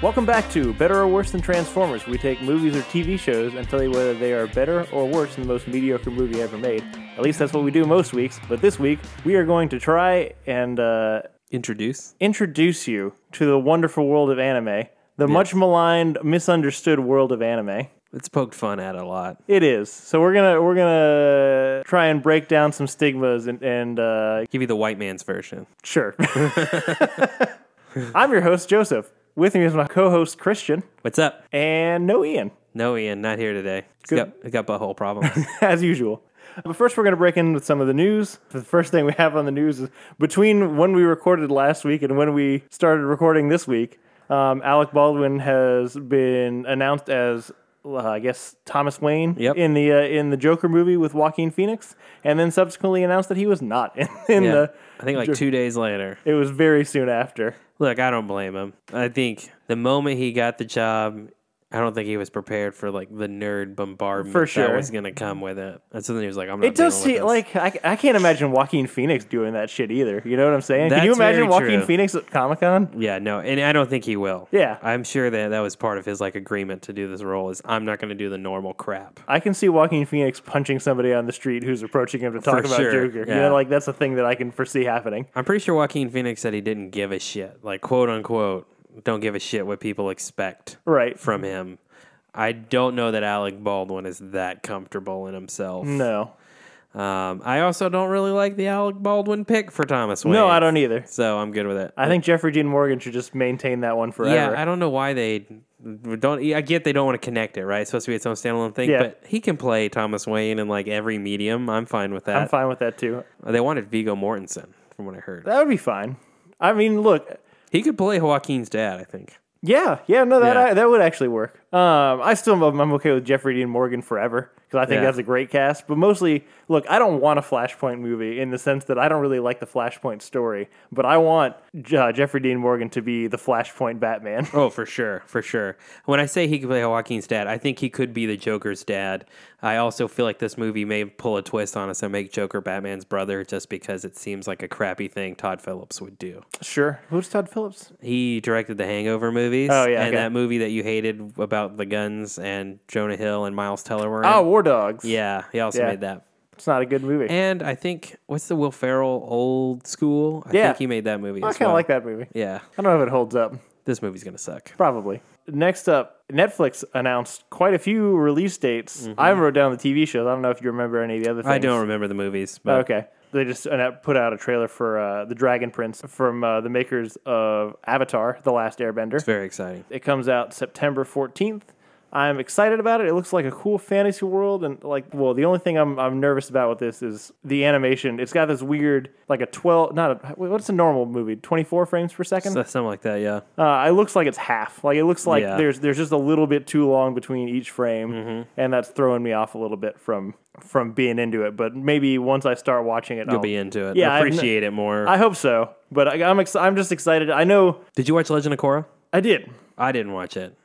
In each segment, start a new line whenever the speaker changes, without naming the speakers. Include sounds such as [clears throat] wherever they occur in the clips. Welcome back to Better or Worse Than Transformers. where We take movies or TV shows and tell you whether they are better or worse than the most mediocre movie ever made. At least that's what we do most weeks. But this week, we are going to try and uh,
Introduce.
introduce you to the wonderful world of anime, the much maligned, misunderstood world of anime.
It's poked fun at a lot.
It is. So we're gonna we're gonna try and break down some stigmas and and uh,
Give you the white man's version.
sure. [laughs] I'm your host Joseph. With me is my co-host Christian
What's up?
and no Ian.
No, Ian, not here today. It's got, I got butthole
[laughs]
problems.
as usual. But first, we're going to break in with some of the news. The first thing we have on the news is between when we recorded last week and when we started recording this week, um, Alec Baldwin has been announced as, uh, I guess, Thomas Wayne
Yep.
in the uh, in the Joker movie with Joaquin Phoenix, and then subsequently announced that he was not in, [laughs] in
yeah.
the.
I think like two days later.
It was very soon after.
Look, I don't blame him. I think the moment he got the job, I don't think he was prepared for like the nerd bombardment
For
that
sure.
was going to come with it. That's when he was like, "I'm not."
It does
dealing with
seem
this.
like I, I can't imagine Joaquin Phoenix doing that shit either. You know what I'm saying? Can you
That's
imagine
very
Joaquin
true.
Phoenix at Comic Con?
Yeah, no, and I don't think he will.
Yeah.
I'm sure that that was part of his like agreement to do this role. Is I'm not going to do the normal crap.
I can see Joaquin Phoenix punching somebody on the street who's approaching him to talk
For
about
sure,
Joker. You
yeah.
know, like that's a thing that I can foresee happening.
I'm pretty sure Joaquin Phoenix said he didn't give a shit. Like, quote unquote, don't give a shit what people expect
Right.
from him. I don't know that Alec Baldwin is that comfortable in himself.
No.
Um, I also don't really like the Alec Baldwin pick for Thomas Wayne.
No, I don't either.
So I'm good with it.
I think Jeffrey Dean Morgan should just maintain that one forever.
yeah, I don't know why they don't. I get they don't want to connect it, right? It's supposed to be its own standalone thing,
Yeah.
but he can play Thomas Wayne in like every medium. I'm fine with
I'm
that.
fine with that too.
They wanted Vigo Mortensen, from what I heard.
That would be fine. I mean, look,
He could play Joaquin's dad, I think.
yeah, yeah, no, that
Yeah.
I, that would actually work. Um, I still am- I'm okay with Jeffrey Dean Morgan forever because I think
Yeah.
that's a great cast. But mostly, look, I don't want a Flashpoint movie in the sense that I don't really like the Flashpoint story, but I want uh, Jeffrey Dean Morgan to be the Flashpoint Batman.
Oh, for sure, for sure. When I say he could play Joaquin's dad, I think he could be the Joker's dad. I also feel like this movie may pull a twist on us and make Joker Batman's brother, just because it seems like a crappy thing Todd Phillips would do.
sure. Who's Todd Phillips?
He directed the Hangover movies.
Oh, yeah,
and
okay.
that movie that you hated about the guns and Jonah Hill and Miles Teller were in.
Oh, War Dogs.
yeah, he also
Yeah.
made that.
It's not a good movie.
And I think what's the Will Ferrell old school? I
Yeah.
think he made that movie.
I
as
kind of
well.
like that movie.
Yeah,
I don't know if it holds up.
this movie's gonna suck.
Probably. Next up, Netflix announced quite a few release dates. I wrote down the TV shows. I don't know if you remember any of the other things.
Mm-hmm. I don't remember the movies, but
Okay. They just annou- put out a trailer for uh, The Dragon Prince from uh, the makers of Avatar, The Last Airbender.
it's very exciting.
It comes out September 14th. I'm excited about it. It looks like a cool fantasy world, and like, well, the only thing I'm, I'm nervous about with this is the animation. It's got this weird, like a 12, not a what's a normal movie, 24 frames per second.
So- Something like that, yeah.
Uh, it looks like it's half. Like it looks like
Yeah.
there's there's just a little bit too long between each frame,
Mm-hmm.
and that's throwing me off a little bit from from being into it. But maybe once I start watching it, I'll
be into it.
Yeah, I've n-
appreciate it more.
I hope so. But I, I'm ex- I'm just excited. I know
did you watch Legend of Korra?
I did.
I didn't watch it.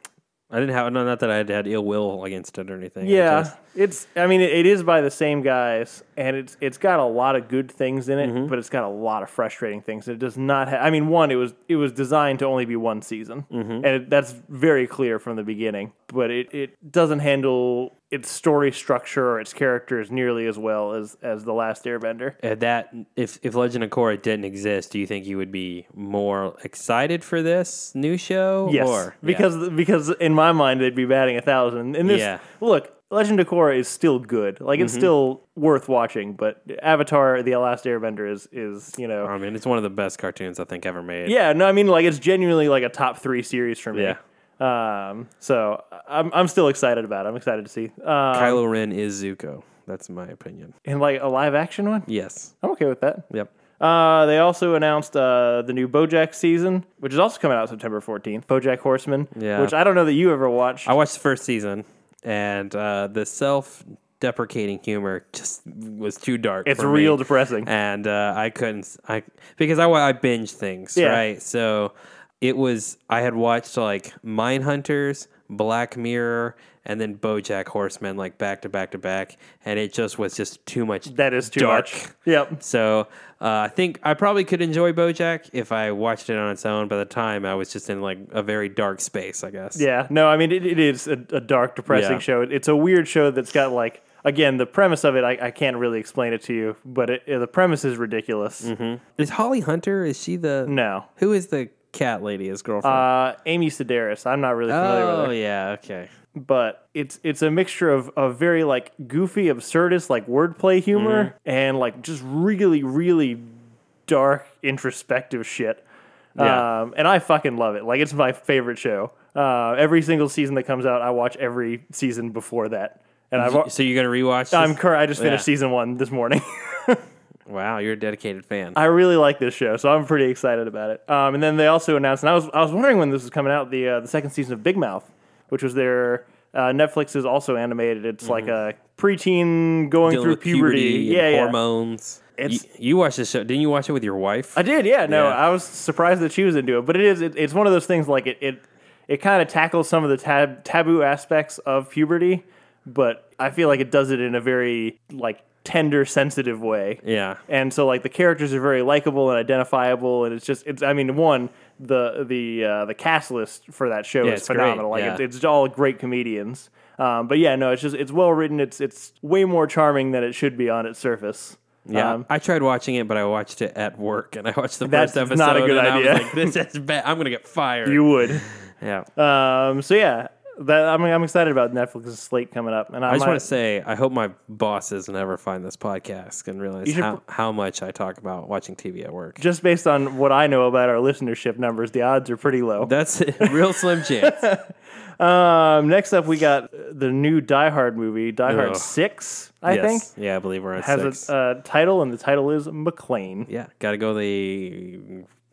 I didn't have no, not that I had had ill will against it or anything. I
Yeah,
just-
it's. I mean, it, it is by the same guys, and it's it's got a lot of good things in it, but it's got a lot of frustrating things. It does not. Ha- I mean, one, it was it was designed to only be one season, and it, that's very clear from the beginning. But it it doesn't handle its story structure or its characters nearly as well as as the Last Airbender.
if eh, that if if Legend of Korra didn't exist, do you think you would be more excited for this new show?
Yes,
or,
because because in my mind they'd be batting a thousand. And this
Yeah. Mm-hmm.
look, Legend of Korra is still good. Like it's still worth watching. But Avatar: The Last Airbender is is you know.
Yeah. I mean it's one of the best cartoons I think ever made.
yeah, no, I mean like it's genuinely like a top three series for me.
Yeah.
Um, so I'm I'm still excited about. it. I'm excited to see. Uh,
Kylo Ren is Zuko. That's my opinion.
and like a live action one,
Yes.
I'm okay with that.
Yep.
Uh, they also announced uh, the new BoJack season, which is also coming out September 14th. BoJack Horseman,
Yeah. Uh,
which I don't know that you ever watched.
I watched the first season and uh, the self deprecating humor just was too dark.
it's
for me.
real depressing.
and uh, I couldn't I because I wa- I binge things
Yeah.
right so it was I had watched like Mine Hunters Black Mirror and then BoJack Horseman like back to back to back, and it just was just too much.
That is too
dark.
much. Yep.
So uh, I think I probably could enjoy BoJack if I watched it on its own. By the time I was just in like a very dark space, I guess.
Yeah. No, I mean, it, it is a, a dark, depressing
Yeah.
show. It- It's a weird show that's got like, again, the premise of it, I, I can't really explain it to you, but it, the premise is ridiculous.
Is Holly Hunter? Is she the
No.
Who is the cat lady? His girlfriend.
Uh, Amy Sedaris. I'm not really familiar with her.
oh yeah. Okay.
but it's it's a mixture of, of very like goofy, absurdist, like wordplay humor
Mm-hmm.
and like just really, really dark, introspective shit.
Yeah.
Um, and I fucking love it. Like it's my favorite show. Uh, every single season that comes out, I watch every season before that. And I've al-
So you're gonna rewatch? This?
I'm cur- I just finished
Yeah.
season one this morning. [laughs]
Wow, you're a dedicated fan.
I really like this show, so I'm pretty excited about it. Um, and then they also announced, and I was I was wondering when this was coming out the uh, the second season of Big Mouth, which was their uh, Netflix is also animated. It's like a preteen going
Dealing
through
with
Mm-hmm. puberty,
and
yeah, yeah.
hormones.
It's-
you, you watched this show? Didn't you watch it with your wife?
I did, yeah. No,
Yeah.
I was surprised that she was into it, but it is it, it's one of those things like it it, it kind of tackles some of the tab, taboo aspects of puberty, but I feel like it does it in a very like tender, sensitive way.
yeah.
and so like the characters are very likable and identifiable and it's just it's i mean one the the uh, the cast list for that show is
it's great,
phenomenal like
yeah.
it's, it's all great comedians um, but yeah no it's just it's well written it's it's way more charming than it should be on its surface
Yeah,
um,
I tried watching it, but I watched it at work, and I watched the
That's
first episode.
not a good
and
idea.
I was like, this is bad. I'm gonna get fired.
you would [laughs]
yeah.
um, so yeah that I'm, I'm excited about netflix's slate coming up and i,
I just
might-
want to say, I hope my bosses never find this podcast and realize
should
how, how much I talk about watching TV at work.
just based on what i know about our listenership numbers the odds are pretty low
That's [laughs] a real slim chance.
um, next up we got the new die hard movie die hard
Ugh.
6 [laughs] i
Yes.
think
Yeah, I believe we're on
has
six.
a uh, title, and the title is McLean.
yeah, got to go the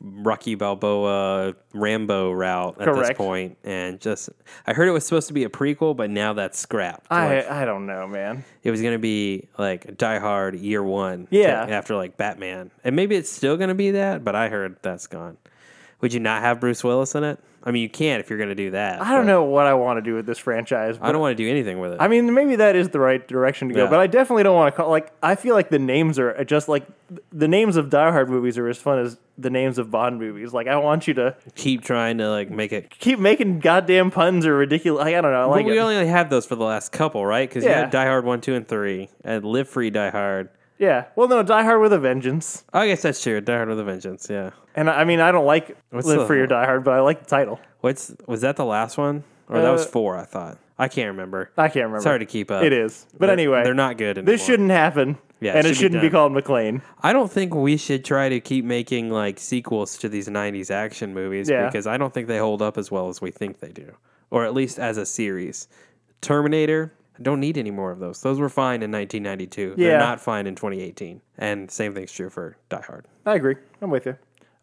Rocky Balboa Rambo route at this
Correct.
point, and just I heard it was supposed to be a prequel, but now that's scrapped. Like,
I I don't know, man.
it was gonna be like Die Hard Year One.
Yeah.
to- after like Batman, and maybe it's still gonna be that, but I heard that's gone. Would you not have Bruce Willis in it? I mean, you can't if you're gonna do that.
I don't
but
know what I want to do with this franchise. But
I
I,
don't want to do anything with it.
mean, maybe that is the right direction to go,
Yeah.
but I definitely don't want to call. Like, I feel like the names are uh, just like the names of Die Hard movies are as fun as the names of Bond movies. Like, I want you to
Keep trying to like make it
keep making goddamn puns or ridiculous. Like, I don't know. I like
but we
it.
only had those for the last couple, right? Because you
Yeah.
had Die Hard one, two, and three, and Live Free, Die Hard.
yeah. Well, no, Die Hard with a Vengeance,
I guess that's true. Die Hard with a Vengeance. Yeah.
and I, I mean, I don't like
What's
Live
the-
Free or Die Hard, but I like the title.
What's was that the last one, or that was
Uh,
four? I thought I can't remember.
I can't remember.
It's hard to keep up.
It is, but
They're-
anyway,
they're not good. Anymore.
This shouldn't happen.
Yeah, it
and it
should be
shouldn't be,
done.
called McLean.
I don't think we should try to keep making like sequels to these '90s action movies
Yeah.
because I don't think they hold up as well as we think they do, or at least as a series. Terminator. I don't need any more of those. Those were fine in 1992. They're
Yeah.
not fine in 2018. And same thing's true for Die Hard.
I agree. I'm with you.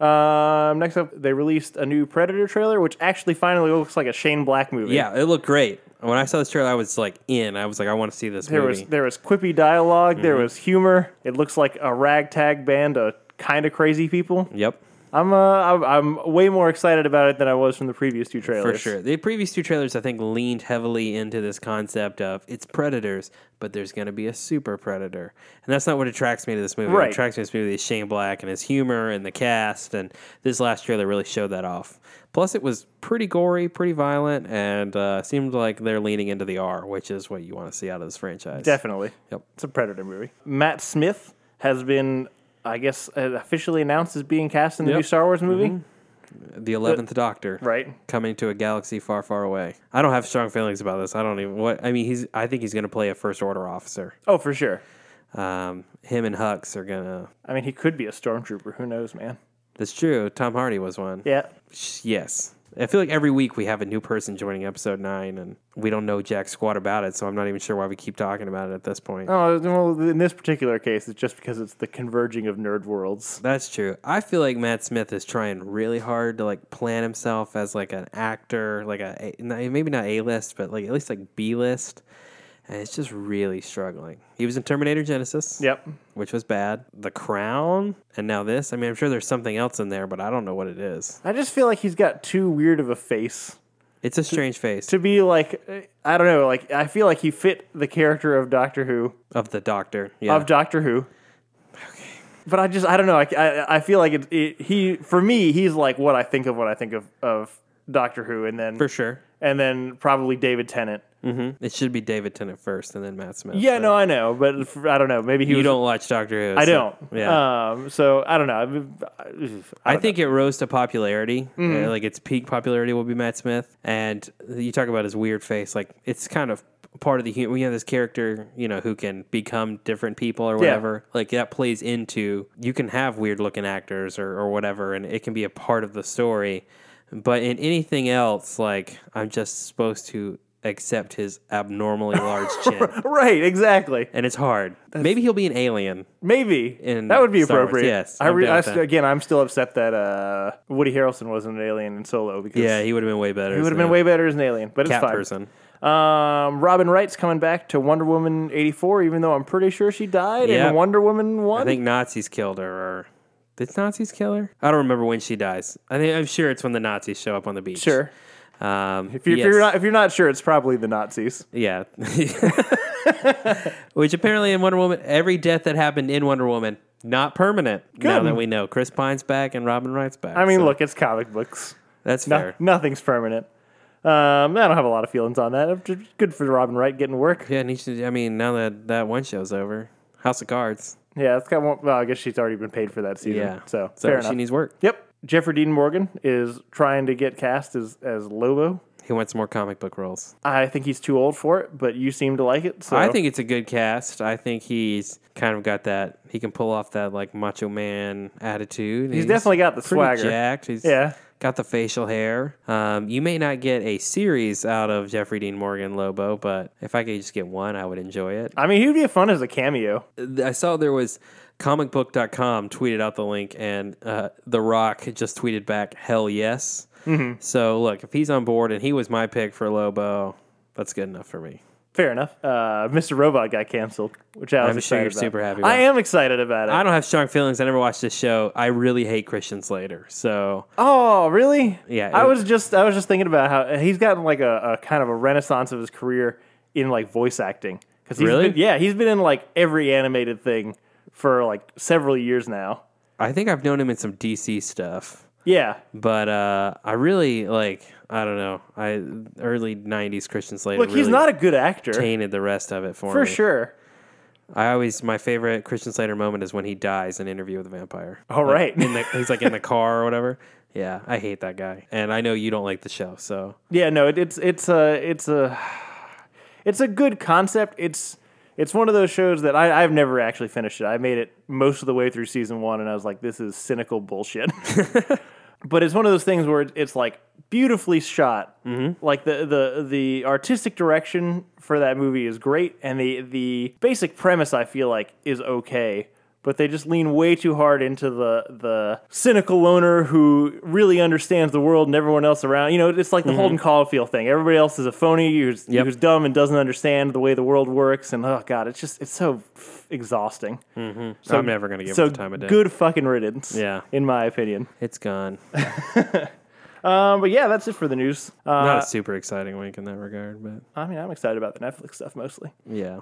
Um, next up, they released a new Predator trailer, which actually finally looks like a Shane Black movie.
Yeah, it looked great. When I saw this trailer, I was like in. I was like, I want to see this
There
movie.
was there was quippy dialog there
Mm-hmm.
was humor. It looks like a ragtag band of kind of crazy people.
yep,
I'm uh, I'm, I'm way more excited about it than I was from the previous two trailers.
for sure. The previous two trailers, I think, leaned heavily into this concept of it's predators, but there's going to be a super predator, and that's not what attracts me to this movie. What
Right.
attracts me to this movie is Shane Black and his humor and the cast, and this last trailer really showed that off. Plus, it was pretty gory, pretty violent, and uh, seemed like they're leaning into the R, which is what you want to see out of this franchise.
Definitely.
Yep.
It's a Predator movie. Matt Smith has been, I guess, uh, officially announced as being cast in the
Yep. Mm-hmm.
new Star Wars movie.
The Eleventh Doctor,
Right.
coming to a galaxy far, far away. I don't have strong feelings about this. I don't even what I mean. He's I think he's going to play a first order officer.
Oh, for sure.
Um, him and Hux are gonna.
I mean, he could be a stormtrooper. Who knows, man?
That's true. Tom Hardy was one.
Yeah.
Sh- Yes. I feel like every week we have a new person joining episode nine, and we don't know jack squat about it. So I'm not even sure why we keep talking about it at this point.
Oh, well, in this particular case, it's just because it's the converging of nerd worlds.
That's true. I feel like Matt Smith is trying really hard to like plan himself as like an actor, like a a- not- maybe not A list, but like at least like B list, and it's just really struggling. He was in Terminator Genesis,
Yep.
which was bad. The Crown, and now this. I mean, I'm sure there's something else in there, but I don't know what it is.
I just feel like he's got too weird of a face.
It's a strange face
to be like I don't know, like I feel like he fit the character of Doctor Who
of the Doctor. Yeah,
of Doctor Who. But I just I don't know. I, I, I feel like it, it, he for me he's like what I think of when I think of of Doctor Who, and then
for sure.
and then probably David Tennant.
Mm-hmm. It should be David Tennant first, and then Matt Smith.
Yeah,
but
no, I know, but f- I don't know. Maybe he
you
was,
don't watch Doctor Who.
I
so-
don't.
Yeah.
Um, so I don't know. I, mean, I- I
I
don't Mm-hmm.
think it rose to popularity. Uh, like its peak popularity will be Matt Smith, and you talk about his weird face. Like it's kind of part of the human. We have this character, you know, who can become different people or whatever. Like that plays into you can have weird looking actors or, or whatever, and it can be a part of the story. But in anything else, like I'm just supposed to accept his abnormally
[laughs]
large chin,
know. right, exactly.
and it's hard. Maybe he'll be an alien.
Maybe
In
that would be
Star Wars,
appropriate.
yes,
I,
I'm
re-
down
I
with
st-
that.
again, I'm still upset that uh, Woody Harrelson wasn't an alien in Solo because
Yeah, he would have been way better.
he would have been way better as an alien. But it's
cat
fine.
person.
Um, Robin Wright's coming back to Wonder Woman '84, even though I'm pretty sure she died
Yeah.
in Wonder Woman
I
One.
think Nazis killed her. Or did Nazis kill her? I don't remember when she dies. I think I'm sure it's when the Nazis show up on the beach.
sure.
Um,
If you're, if you're not if you're not sure, it's probably the Nazis.
yeah. [laughs] Which apparently in Wonder Woman, every death that happened in Wonder Woman not permanent. Now
Good.
that we know, Chris Pine's back and Robin Wright's back.
I mean,
so
look, it's comic books.
that's
No-
uh, fair.
nothing's permanent. Um, I don't have a lot of feelings on that. Just Good for Robin Wright getting work.
Yeah, and he should, I mean, now that that one show's over, House of Cards.
Yeah, it's got. One, well, I guess she's already been paid for that season.
Yeah,
so,
so
fair
she
enough.
needs work.
yep. Jeffrey Dean Morgan is trying to get cast as as Lobo.
He wants more comic book roles.
I think he's too old for it, but you seem to like it. So
I think it's a good cast. I think he's kind of got that. He can pull off that like macho man attitude.
he's, definitely got the
pretty
swagger.
Jacked. He's
Yeah.
got the facial hair. Um, you may not get a series out of Jeffrey Dean Morgan Lobo, but if I could just get one, I would enjoy it.
I mean, he'd be fun as a cameo.
I saw there was comicbook.com tweeted out the link, and uh, The Rock just tweeted back, "Hell yes."
Mm-hmm.
So look, if he's on board and he was my pick for Lobo, that's good enough for me.
Fair enough. Uh, Mr. Robot got canceled, which I was
I'm sure
excited
you're
about.
super happy
I
about.
am excited about it.
I don't have strong feelings. I never watched this show. I really hate Christian Slater. So
oh, really?
Yeah,
I
it-
was just I was just thinking about how he's gotten like a, a kind of a renaissance of his career in like voice acting. Cause he's
Really?
Been, yeah, he's been in like every animated thing for like several years now.
I think I've known him in some DC stuff.
Yeah.
But uh, I really like I don't know. I early '90s Christian Slater.
Look, he's
really
not a good actor
tainted the rest of it for,
for
me.
sure.
I always my favorite Christian Slater moment is when he dies in Interview with a Vampire.
All
Like,
right.
in the,
[laughs]
he's like in the car or whatever. Yeah, I hate that guy, and I know you don't like the show. So
Yeah, no, it, it's it's a it's a it's a good concept. It's it's one of those shows that I, I've never actually finished it. I made it most of the way through season one, and I was like, "This is cynical bullshit." [laughs] but it's one of those things where it- it's like beautifully shot. Mm-hmm. Like the the the artistic direction for that movie is great, and the the basic premise I feel like is okay. But they just lean way too hard into the the cynical loner who really understands the world and everyone else around. You know, it's
Mm-hmm.
like the Holden Caulfield thing. Everybody else is a phony who's who's dumb and doesn't understand the way the world works. And oh god, it's just it's so exhausting. Mm-hmm. So
I'm never gonna give
so
it the time of day.
good Uh, fucking riddance.
Yeah.
in my opinion.
It's gone.
Um, but yeah, that's it for the news. Uh,
Not a super exciting week in that regard, but
I mean, I'm excited about the Netflix stuff mostly,
yeah,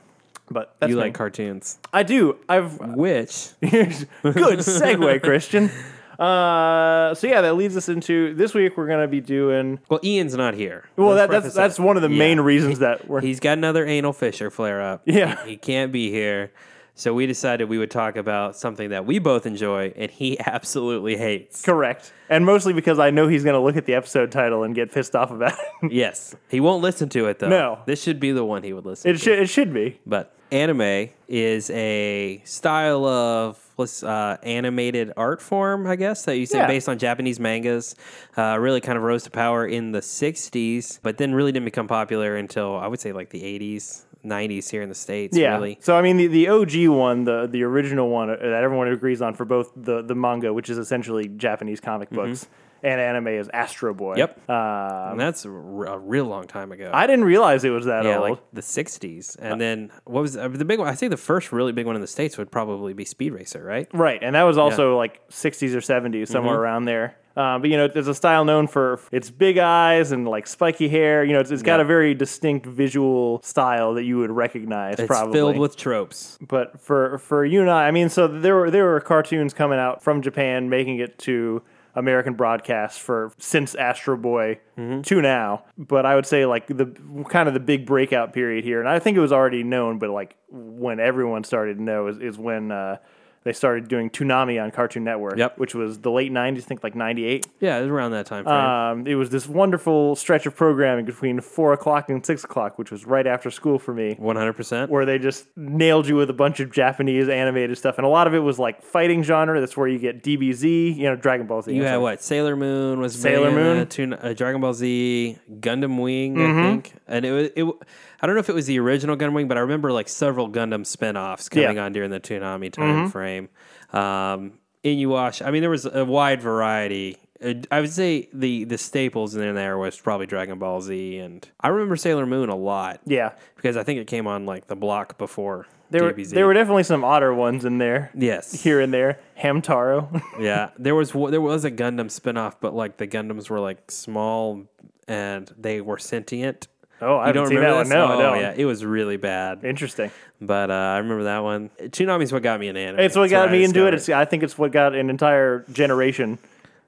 but that's
you
me.
like cartoons,
I do. I've [laughs]
which
Here's- good
[laughs]
segue, Christian. Uh, so yeah, that leads us into this week. We're gonna be doing
well, Ian's not here.
well.
Let's
That, that's
preface
that's one of the main
Yeah.
reasons that we're
He's got another anal fissure flare up.
Yeah.
He, he can't be here. So we decided we would talk about something that we both enjoy and he [laughs] absolutely hates.
correct, and mostly because I know he's gonna look at the episode title and get pissed off about it. [laughs]
Yes. He won't listen to it though.
No.
This should be the one he would listen
it
to.
should it should be
But anime is a style of let's, uh, animated art form, I guess, that you say
Yeah.
based on Japanese mangas. Uh, really kind of rose to power in the 60s, but then really didn't become popular until I would say like the 80s, 90s here in the States,
yeah.
really.
So I mean, the, the OG one, the the original one uh, that everyone agrees on for both the the manga, which is essentially Japanese comic books, and anime is Astro Boy.
Mm-hmm. Yep.
Uh,
and that's a r- a real long time ago. uh,
I didn't realize it was that
yeah,
old.
like the '60s, and then what was uh, the big one? I think the first really big one in the states would probably be Speed Racer, right?
Right, and that was also like 60s or 70s,
Mm-hmm.
somewhere around there. Uh, but you know, there's a style known for its big eyes and like spiky hair. You know, it's, it's got
Yeah.
a very distinct visual style that you would recognize.
It's
probably
filled with tropes.
but for for you and I, I mean, so there were there were cartoons coming out from Japan, making it to American broadcasts for since Astro Boy to now. But I would say like the kind of the big breakout period here, and I think it was already known, but like when everyone started to know is, is when. Uh, they started doing Toonami on Cartoon Network,
Yep.
which was the late 90s, I think like 98.
Yeah, it was around that time frame.
Um, it was this wonderful stretch of programming between 4 o'clock and 6 o'clock, which was right after school for me
One hundred percent.
where they just nailed you with a bunch of Japanese animated stuff, and a lot of it was like fighting genre. That's where you get DBZ, you know, Dragon Ball Z.
You
I'm
had
sorry.
what? Sailor Moon was
Sailor
big, and,
Moon? Mm-hmm.
uh, Toon- uh, Dragon Ball Z, Gundam Wing, I think, and it was it. w- I don't know if it was the original Gundam Wing, but I remember like several Gundam spin-offs coming
Yeah. Mm-hmm.
on during the Toonami time frame. Um, Inuyasha. I mean, there was a wide variety. Uh, I would say the the staples in there was probably Dragon Ball Z, and I remember Sailor Moon a lot
Yeah,
because I think it came on like the block before
there were
DBZ.
there were definitely some odder ones in there,
yes
here and there. Hamtaro.
yeah, there was wa- there was a Gundam spin-off, but like the Gundams were like small and they were sentient.
oh, I
You
haven't
don't
seen that
remember
one.
this?
No,
oh,
no.
yeah, it was really bad.
Interesting.
But uh, I remember that one. Toonami's what got me into anime.
It's what
That's where
got
I
me into it.
discovered
It's I think it's what got an entire generation.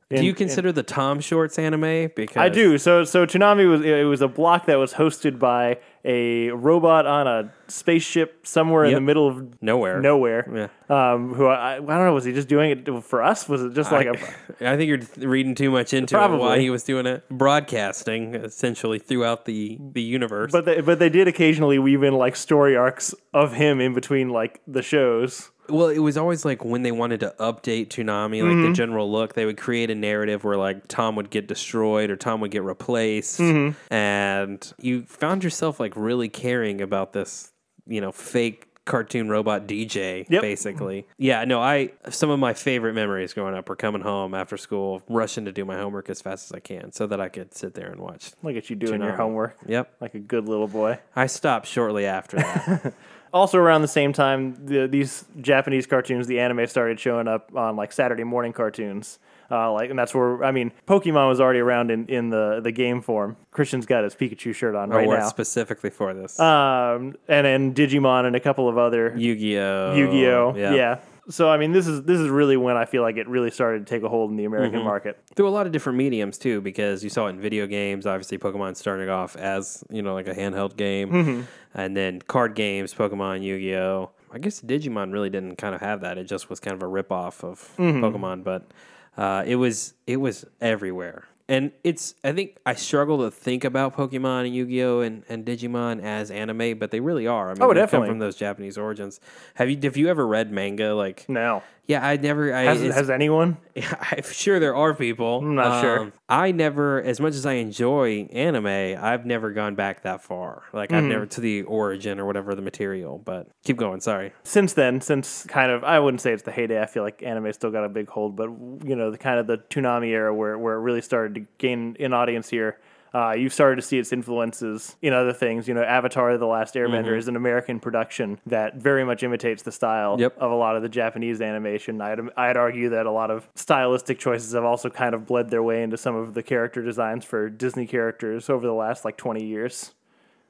do
in-
you consider the Tom Shorts anime? Because
I do. So so Toonami was it was a block that was hosted by a robot on a spaceship somewhere in
Yep.
the middle of
Nowhere.
nowhere. Um, who I, I don't know was he just doing it for us? Was it just like a
[laughs] I think you're th- reading too much into it,
Probably.
why he was doing it. Broadcasting essentially throughout the the universe.
but they, but they did occasionally weave in like story arcs of him in between like the shows.
Well, it was always like when they wanted to update Toonami, like
Mm-hmm.
the general look, they would create a narrative where like Tom would get destroyed or Tom would get replaced.
Mm-hmm.
And you found yourself like really caring about this, you know, fake cartoon robot DJ,
Yep.
basically. Yeah, no, I, some of my favorite memories growing up were coming home after school, rushing to do my homework as fast as I can so that I could sit there and watch.
Look at you doing your
Toonami.
homework
Yep.
like a good little boy.
I stopped shortly after that.
Also around the same time, the, these Japanese cartoons, the anime started showing up on like Saturday morning cartoons. Uh, like and that's where I mean, Pokemon was already around in, in the, the game form. Christian's got his Pikachu shirt on
I
[laughs] right
worked
now,
specifically for this.
um, and then Digimon and a couple of other
Yu-Gi-Oh.
Yu-Gi-Oh. Oh, yeah. So I mean, this is this is really when I feel like it really started to take a hold in the American market.
through a lot of different mediums too, because you saw it in video games. Obviously, Pokemon started off as you know like a handheld game,
Mm-hmm.
and then card games, Pokemon, Yu Gi Oh. I guess Digimon really didn't kind of have that. It just was kind of a rip off of
Mm-hmm.
Pokemon, but uh, it was it was everywhere. And it's I think I struggle to think about Pokemon and Yu Gi Oh and, and Digimon as anime, but they really are. I mean, they
Oh, definitely.
come from those Japanese origins. Have you have you ever read manga? Like,
Now,
yeah, I never. I,
Mm. has,
it's-
has anyone?
[laughs] I'm sure there are people. I'm
not sure.
I never, as much as I enjoy anime, I've never gone back that far. Like
Hmm.
I've never to the origin or whatever the material. But keep going. Sorry.
since then, since kind of I wouldn't say it's the heyday. I feel like anime still got a big hold, but you know the kind of the Toonami era where where it really started to gain an audience here. Uh, you've started to see its influences in other things. You know, Avatar: The Last Airbender is an American production that very much imitates the style
Yep.
of a lot of the Japanese animation. I'd I'd argue that a lot of stylistic choices have also kind of bled their way into some of the character designs for Disney characters over the last like twenty years.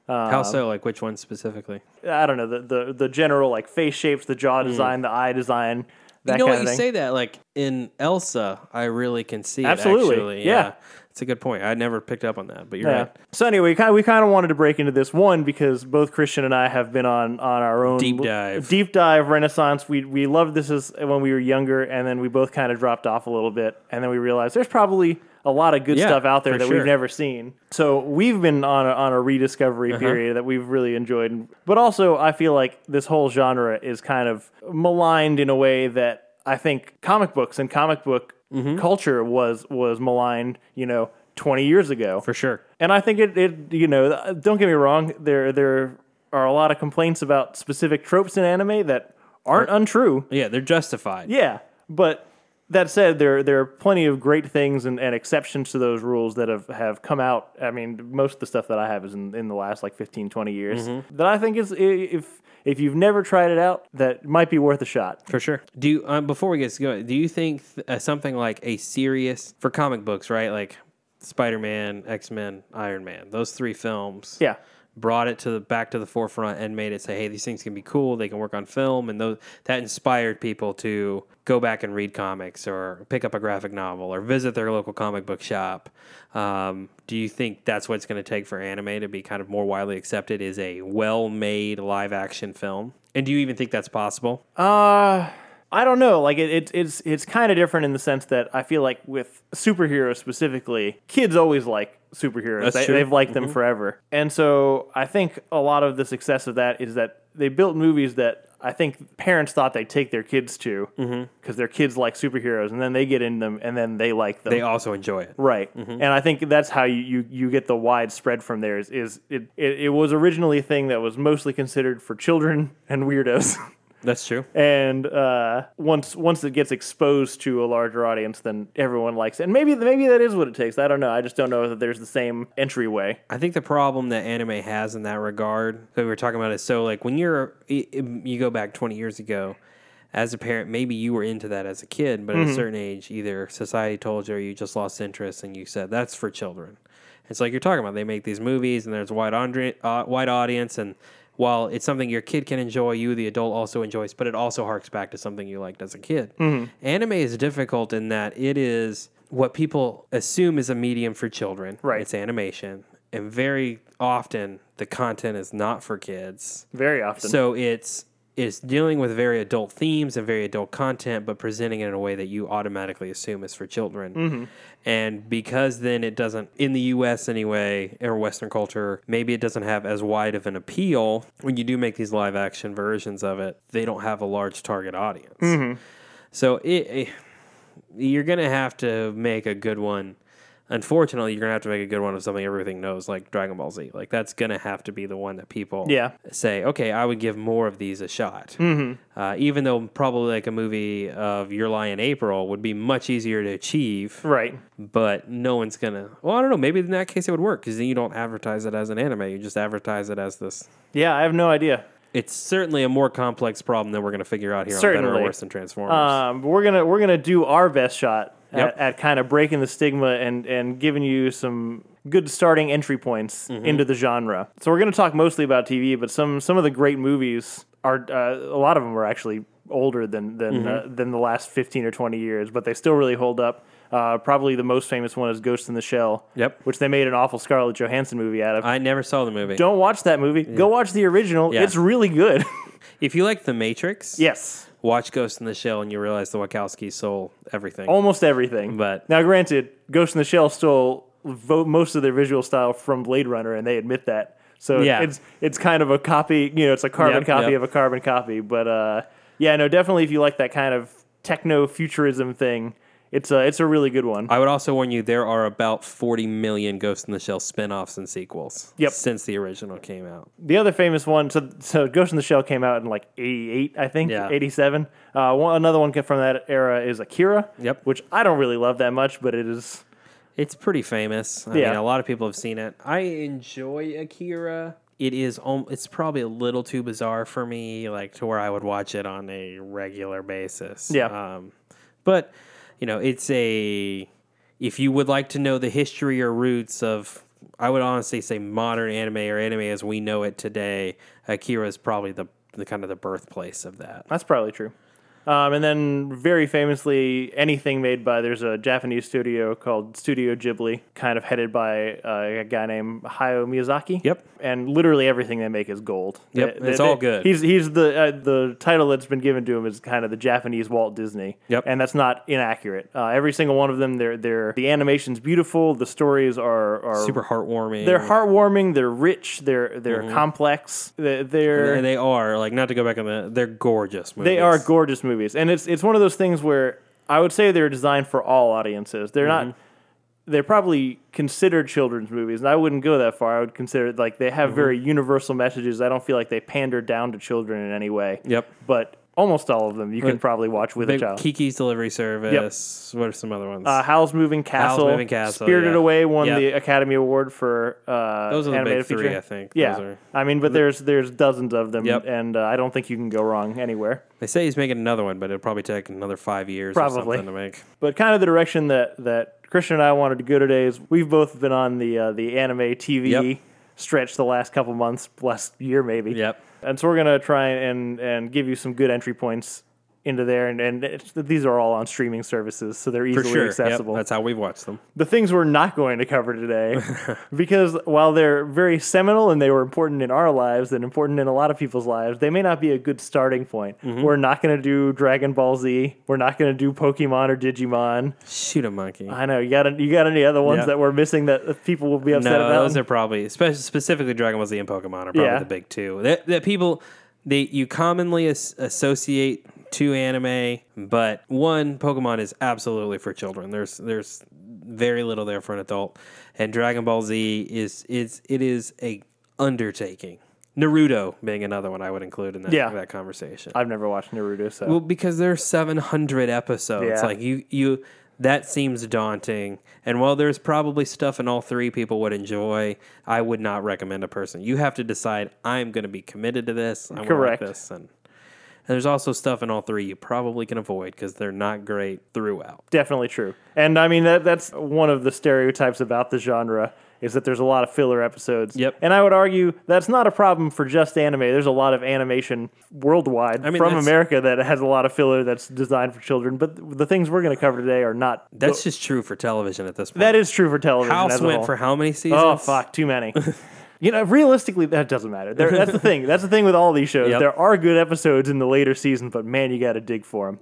Um,
How so? Like which one specifically?
I don't know the the, the general like face shapes, the jaw design, the eye design, that
Hmm. You know
kind
what
of
you
thing.
say that like in Elsa, I really can see. it,
Absolutely,
actually.
yeah.
it's a good point. I never picked up on that, but you're
yeah.
right.
So anyway, we kind of, we kind of wanted to break into this one because both Christian and I have been on on our own
Deep dive.
deep dive Renaissance. We we loved this as when we were younger, and then we both kind of dropped off a little bit, and then we realized there's probably a lot of good
Yeah,
stuff out there
for
that
sure.
we've never seen. So we've been on a, on a
Uh-huh.
rediscovery period that we've really enjoyed. But also, I feel like this whole genre is kind of maligned in a way that I think comic books and comic book
Mm-hmm.
culture was was maligned. You know. 20 years ago
For sure.
and I think it, it you know, th- don't get me wrong, there there are a lot of complaints about specific tropes in anime that aren't untrue.
Yeah, they're justified.
Yeah, but that said, there there are plenty of great things and, and exceptions to those rules that have, have come out. I mean, most of the stuff that I have is in, in the last like 15, 20 years that I think is i- if if you've never tried it out, that might be worth a shot.
For sure. Do you, uh, before we get going, do you think th- uh, something like a serious for comic books, right? Like Spider Man, X Men, Iron Man, those three films,
Yeah.
brought it to the back to the forefront and made it say, hey, these things can be cool. They can work on film, and those that inspired people to go back and read comics or pick up a graphic novel or visit their local comic book shop. Um, do you think that's what it's going to take for anime to be kind of more widely accepted? Is a well made live action film? And do you even think that's possible?
Uh I don't know. Like it, it it's it's kind of different in the sense that I feel like with superheroes specifically, kids always like superheroes.
That's
they,
true. Mm-hmm.
They've liked them forever, and so I think a lot of the success of that is that they built movies that I think parents thought they'd take their kids to because
Mm-hmm.
their kids like superheroes, and then they get in them, and then they like them.
They Mm-hmm. also enjoy it.
Right, and I think that's how you, you, you get the wide spread from there. Is, is it, it it was originally a thing that was mostly considered for children and weirdos, [laughs]
That's true.
and uh, once once it gets exposed to a larger audience, then everyone likes it. And maybe maybe that is what it takes. I don't know. I just don't know that there's the same entryway.
I think the problem that anime has in that regard that we were talking about is so like when you're i- i- you go back 20 years ago as a parent maybe you were into that as a kid but at a certain age either society told you or you just lost interest and you said that's for children. It's like you're talking about they make these movies and there's a wide andre- uh, wide audience and while it's something your kid can enjoy, you the adult also enjoys, but it also harks back to something you liked as a kid. Anime is difficult in that it is what people assume is a medium for children.
Right.
It's animation. And very often the content is not for kids.
Very often,
So it's it's dealing with very adult themes and very adult content, but presenting it in a way that you automatically assume is for children. And because then it doesn't, in the US anyway, or Western culture, maybe it doesn't have as wide of an appeal. When you do make these live action versions of it, they don't have a large target audience. So it, it- you're gonna have to make a good one. Unfortunately, you're gonna have to make a good one of something everything knows, like Dragon Ball Z. Like that's gonna have to be the one that people
Yeah.
say, okay, I would give more of these a shot. Mm-hmm. Uh, even though probably like a movie of Your Lie in April would be much easier to achieve,
right?
but no one's gonna. Well, I don't know. Maybe in that case it would work because then you don't advertise it as an anime. You just advertise it as this.
Yeah, I have no idea.
It's certainly a more complex problem than we're gonna figure out here on Better
Certainly.
or Worse than Transformers.
Um, but we're gonna we're gonna do our best shot at,
Yep.
at kind of breaking the stigma and and giving you some good starting entry points
Mm-hmm.
into the genre. So we're gonna talk mostly about TV, but some some of the great movies are uh, a lot of them are actually older than than
Mm-hmm.
uh, than the last fifteen or twenty years, but they still really hold up. Uh, probably the most famous one is Ghost in the Shell.
Yep.
Which they made an awful Scarlett Johansson movie out of.
I never saw the movie.
Don't watch that movie. Go watch the original.
Yeah.
It's really good. [laughs]
If you like The Matrix,
yes.
watch Ghost in the Shell and you realize the Wachowski soul everything.
almost everything.
But-
now, granted, Ghost in the Shell stole vo- most of their visual style from Blade Runner, and they admit that. So
Yeah.
it's it's kind of a copy. You know, it's a carbon
Yep,
copy
yep.
of a carbon copy. But uh, yeah, no, definitely if you like that kind of techno futurism thing, it's a it's a really good one.
I would also warn you there are about 40 million Ghost in the Shell spin-offs and sequels
Yep.
since the original came out.
the other famous one, so so Ghost in the Shell came out in like '88, I think,
Yeah.
'87. Uh, one, another one from that era is Akira.
Yep.
Which I don't really love that much, but it is.
It's pretty famous. I
Yeah.
mean, a lot of people have seen it. I enjoy Akira. It is al- it's probably a little too bizarre for me like to where I would watch it on a regular basis.
Yeah.
Um, but you know, it's a if you would like to know the history or roots of I would honestly say modern anime or anime as we know it today, Akira is probably the the kind of the birthplace of that.
That's probably true. Um, and then, very famously, anything made by there's a Japanese studio called Studio Ghibli, kind of headed by uh, a guy named Hayao Miyazaki.
Yep.
And literally everything they make is gold.
Yep,
They-
it's
they-
all good.
He's he's the uh, the title that's been given to him is kind of the Japanese Walt Disney.
Yep.
And that's not inaccurate. Uh, every single one of them, they're they're the animation's beautiful. The stories are are
Super heartwarming.
They're heartwarming. They're rich. They're they're complex. They're, they're
and they are like not to go back on the they're gorgeous movies.
they are gorgeous movies, and it's it's one of those things where I would say they're designed for all audiences. They're not.
Mm-hmm.
They're probably considered children's movies, and I wouldn't go that far. I would consider
Mm-hmm.
it like they have very universal messages. I don't feel like they pander down to children in any way.
Yep.
But almost all of them you can probably watch with a
Big-
child.
Kiki's Delivery Service. What are some other ones?
Uh, Howl's Moving Castle,
Moving Castle,
Spirited
yeah.
Away won
Yeah.
the Academy Award for uh,
Those are the big
animated
three,
feature.
I think.
Yeah,
Those are-
I mean, but there's there's dozens of them,
Yep.
and uh, I don't think you can go wrong anywhere.
they say he's making another one, but it'll probably take another five years
Probably.
or something to make.
But kind of the direction that that Christian and I wanted to go today is we've both been on the uh, the anime TV
Yep.
stretch the last couple months, last year maybe.
Yep.
And so we're gonna try and and give you some good entry points into there, and and it's, these are all on streaming services, so they're
For
easily
sure. Yep,
accessible.
that's how we've watched them.
the things we're not going to cover
[laughs]
today because while they're very seminal and they were important in our lives and important in a lot of people's lives they may not be a good starting point
Mm-hmm.
we're not going to do dragon ball z we're not going to do pokemon or digimon
Shoot a monkey.
i know you got you got any other ones
Yeah.
that we're missing that people will be upset
no,
about
those are probably spe- specifically Dragon Ball Z and Pokemon are probably
Yeah.
the big two that, that people they you commonly as- associate to anime, but one Pokemon is absolutely for children. There's there's very little there for an adult, and Dragon Ball Z is is it is a undertaking. Naruto being another one I would include in that
Yeah.
that conversation.
i've never watched naruto so
Well, because there's 700 episodes.
Yeah.
Like you, you that seems daunting. And while there's probably stuff in all three people would enjoy, I would not recommend a person. You have to decide I'm going to be committed to this. I'm gonna like
Correct.
this, and, and there's also stuff in all three you probably can avoid because they're not great throughout.
definitely true and i mean that that's one of the stereotypes about the genre is that there's a lot of filler episodes
Yep.
and i would argue that's not a problem for just anime there's a lot of animation worldwide
mean,
from
that's-
america that has a lot of filler that's designed for children but the things we're going to cover today are not
That's just true for television at this point.
that is true for television
House
as a
went
whole.
for how many seasons?
oh fuck too
[laughs]
many you know realistically that doesn't matter There- that's the thing that's the thing with all these shows
Yep.
there are good episodes in the later season but man you got to dig for them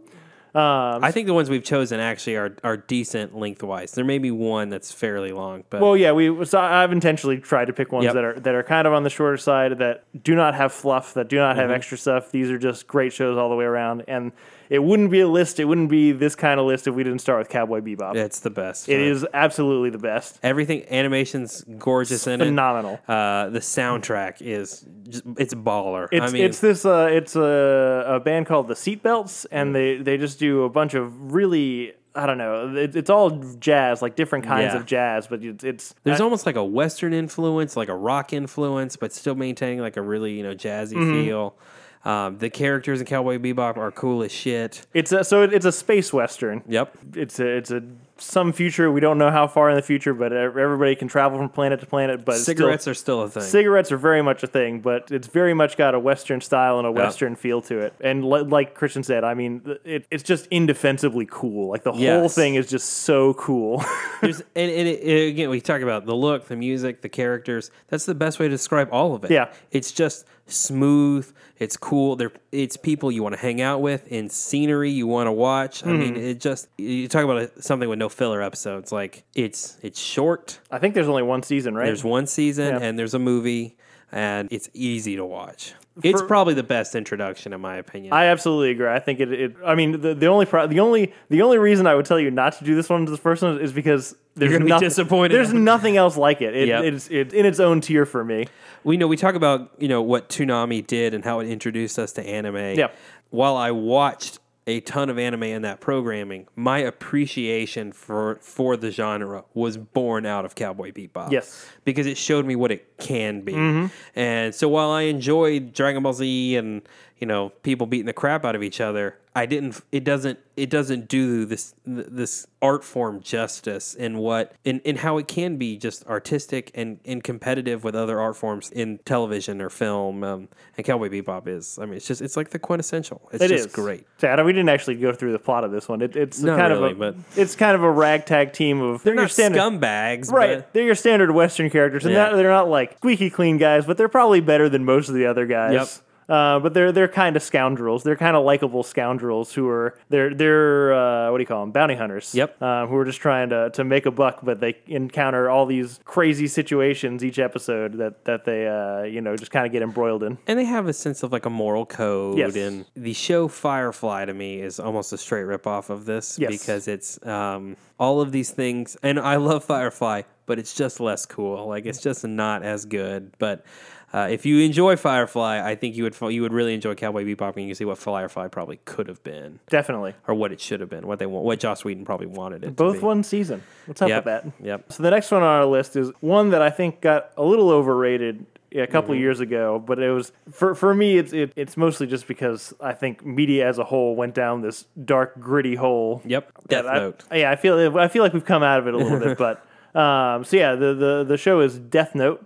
I think the ones we've chosen actually are are decent lengthwise. There may be one that's fairly long, but
Well, yeah, we. So I've intentionally tried to pick ones
Yep.
that are that are kind of on the shorter side, that do not have fluff, that do not
Mm-hmm.
have extra stuff. These are just great shows all the way around, and it wouldn't be a list. It wouldn't be this kind of list if we didn't start with Cowboy Bebop.
it's the best.
It is absolutely the best.
Everything animation's gorgeous in it.
Phenomenal.
Uh, the soundtrack is just, it's baller.
It's,
I mean,
it's this uh, it's a, a band called the Seatbelts, and they they just do a bunch of really I don't know. It, it's all jazz, like different kinds
Yeah.
of jazz, but it's, it's
there's almost like a western influence, like a rock influence, but still maintaining like a really you know jazzy
Mm-hmm.
feel. Um, the characters in Cowboy Bebop are cool as shit.
it's a, so it, it's a space western.
Yep.
it's a it's a some future we don't know how far in the future but e- everybody can travel from planet to planet but it's still-
Cigarettes are still a thing.
cigarettes are very much a thing but it's very much got a western style and a western feel to it and li- like christian said i mean th- it, it's just indefensibly cool like the whole
Yes.
thing is just so cool [laughs]
There's, and, and it, it- again, we talk about the look, the music, the characters. That's the best way to describe all of it.
Yeah.
it's just smooth. It's cool. They're, it's people you want to hang out with, and scenery you want to watch. I
Mm-hmm.
mean, it just you talk about a, something with no filler episodes. Like it's it's short.
i think there's only one season right
There's one season,
Yeah.
and there's a movie, and it's easy to watch. It's probably the best introduction, in my opinion.
I absolutely agree. I think it. it I mean, the, the only pro, the only the only reason I would tell you not to do this one to this person is because there's
gonna be
nothing,
disappointed.
There's nothing else like it. it
Yep.
It's it's in its own tier for me.
we know we talk about you know what Toonami did and how it introduced us to anime.
Yeah.
While I watched a ton of anime in that programming, my appreciation for for the genre was born out of Cowboy Bebop.
Yes.
because it showed me what it can be.
Mm-hmm.
And so while I enjoyed Dragon Ball Z and you know people beating the crap out of each other, I didn't. It doesn't. It doesn't do this th- this art form justice in what in, in how it can be just artistic and and competitive with other art forms in television or film. Um, and Cowboy Bebop is. I mean, it's just it's like the quintessential. It's
It is
just great.
Sad. We didn't actually go through the plot of this one. It, it's
Not
kind
really,
of a,
but-
it's kind of a ragtag team of they're
They're
your
not
standard
scumbags,
right.
but-
They're your standard Western characters, and
Yeah.
that, they're not like squeaky clean guys, but they're probably better than most of the other guys.
Yep.
Uh, but they're they're kind of scoundrels. They're kind of likable scoundrels who are they're they're uh, what do you call them? Bounty hunters.
Yep.
Uh, who are just trying to, to make a buck, but they encounter all these crazy situations each episode that that they uh, you know just kind of get embroiled in.
And they have a sense of like a moral code.
Yes.
And the show Firefly to me is almost a straight ripoff of this
Yes.
because it's um, all of these things. And I love Firefly, but it's just less cool. Like it's just not as good. But Uh, if you enjoy Firefly, I think you would you would really enjoy Cowboy Bebop, and you can see what Firefly probably could have been,
Definitely.
or what it should have been, what they want, what Joss Whedon probably wanted it. to
Both
be.
one season. What's up
Yep.
with that?
Yep.
So the next one on our list is one that I think got a little overrated a couple of years ago, but it was for for me it's it, it's mostly just because I think media as a whole went down this dark gritty hole.
Yep.
that
Death
I-
Note.
Yeah, I feel I feel like we've come out of it a little bit, but um, so yeah, the, the the show is Death Note.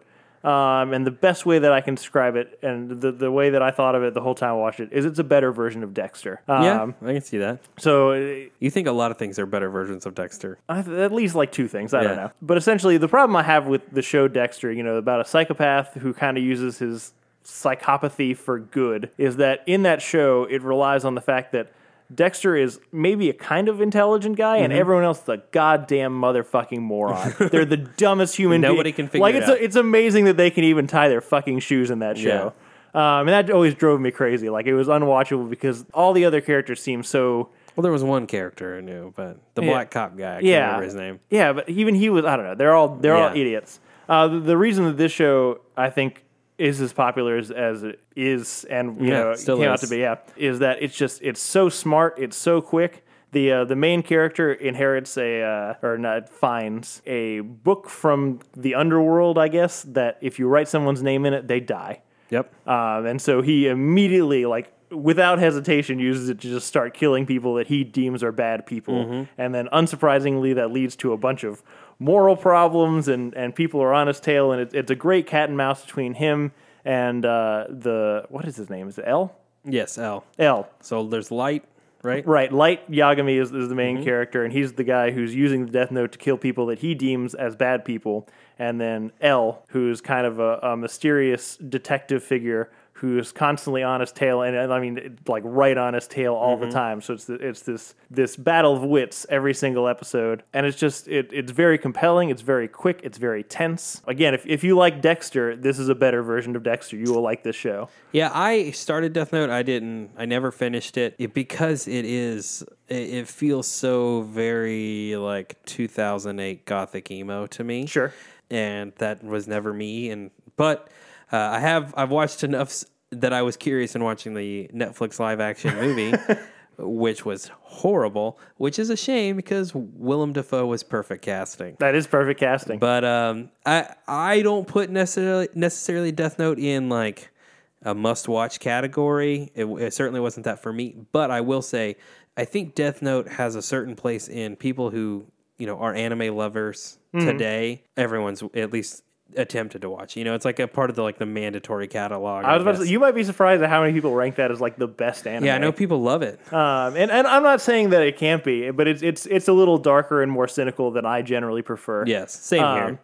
Um, and the best way that I can describe it, and the, the way that I thought of it the whole time I watched it, is it's a better version of Dexter. Um,
Yeah, I can see that.
So uh,
You think a lot of things are better versions of Dexter.
I th- at least like two things. I don't
Yeah.
know. But essentially, the problem I have with the show Dexter, you know, about a psychopath who kind of uses his psychopathy for good, is that in that show, it relies on the fact that Dexter is maybe a kind of intelligent guy,
Mm-hmm.
and everyone else is a goddamn motherfucking moron.
[laughs]
They're the dumbest human.
Nobody
being.
can figure
like
it
it's
out.
it's amazing that they can even tie their fucking shoes in that show. Um, and that always drove me crazy. Like it was unwatchable because all the other characters seem so
Well, there was one character I knew, but the black cop guy. I can't
yeah.
remember his name.
Yeah, but even he was. I don't know. They're all they're all
Yeah.
idiots. Uh, the, the reason that this show I think is as popular as, as it is, and you
Yeah,
know,
still
came out to
is.
be. Yeah, is that it's just it's so smart, it's so quick. The uh, the main character inherits a uh, or not finds a book from the underworld, I guess. That if you write someone's name in it, they die.
Yep.
Um, and so he immediately, like, without hesitation, uses it to just start killing people that he deems are bad people. And then, unsurprisingly, that leads to a bunch of moral problems, and, and people are on his tail. And it, it's a great cat and mouse between him and uh, the, what is his name? Is it L?
Yes, L.
L.
So there's light, right?
Right. Light Yagami is, is the main character, and he's the guy who's using the Death Note to kill people that he deems as bad people. And then L, who's kind of a, a mysterious detective figure who's constantly on his tail, and, and I mean, it- like right on his tail all the time. So it's the, it's this this battle of wits every single episode, and it's just it, it's very compelling. It's very quick. It's very tense. Again, if if you like Dexter, this is a better version of Dexter. You will like this show.
Yeah, I started Death Note. I didn't. I never finished it, it because it is. It, it feels so very like 2008 gothic emo to me.
Sure.
And that was never me. And but uh, I have. I've watched enough s- that I was curious in watching the Netflix live action movie. Which was horrible, which is a shame because Willem Dafoe was perfect casting.
That is perfect casting.
But um, I I don't put necessarily necessarily Death Note in like a must watch category. It, it certainly wasn't that for me. But I will say, I think Death Note has a certain place in people who you know are anime lovers
Hmm.
today. Everyone's at least attempted to watch. You know, it's like a part of the like the mandatory catalog.
I was about to
guess.
say, you might be surprised at how many people rank that as like the best anime.
yeah, I know people love it.
Um, and, and I'm not saying that it can't be, but it's it's it's a little darker and more cynical than I generally prefer.
Yes, same
Um,
here.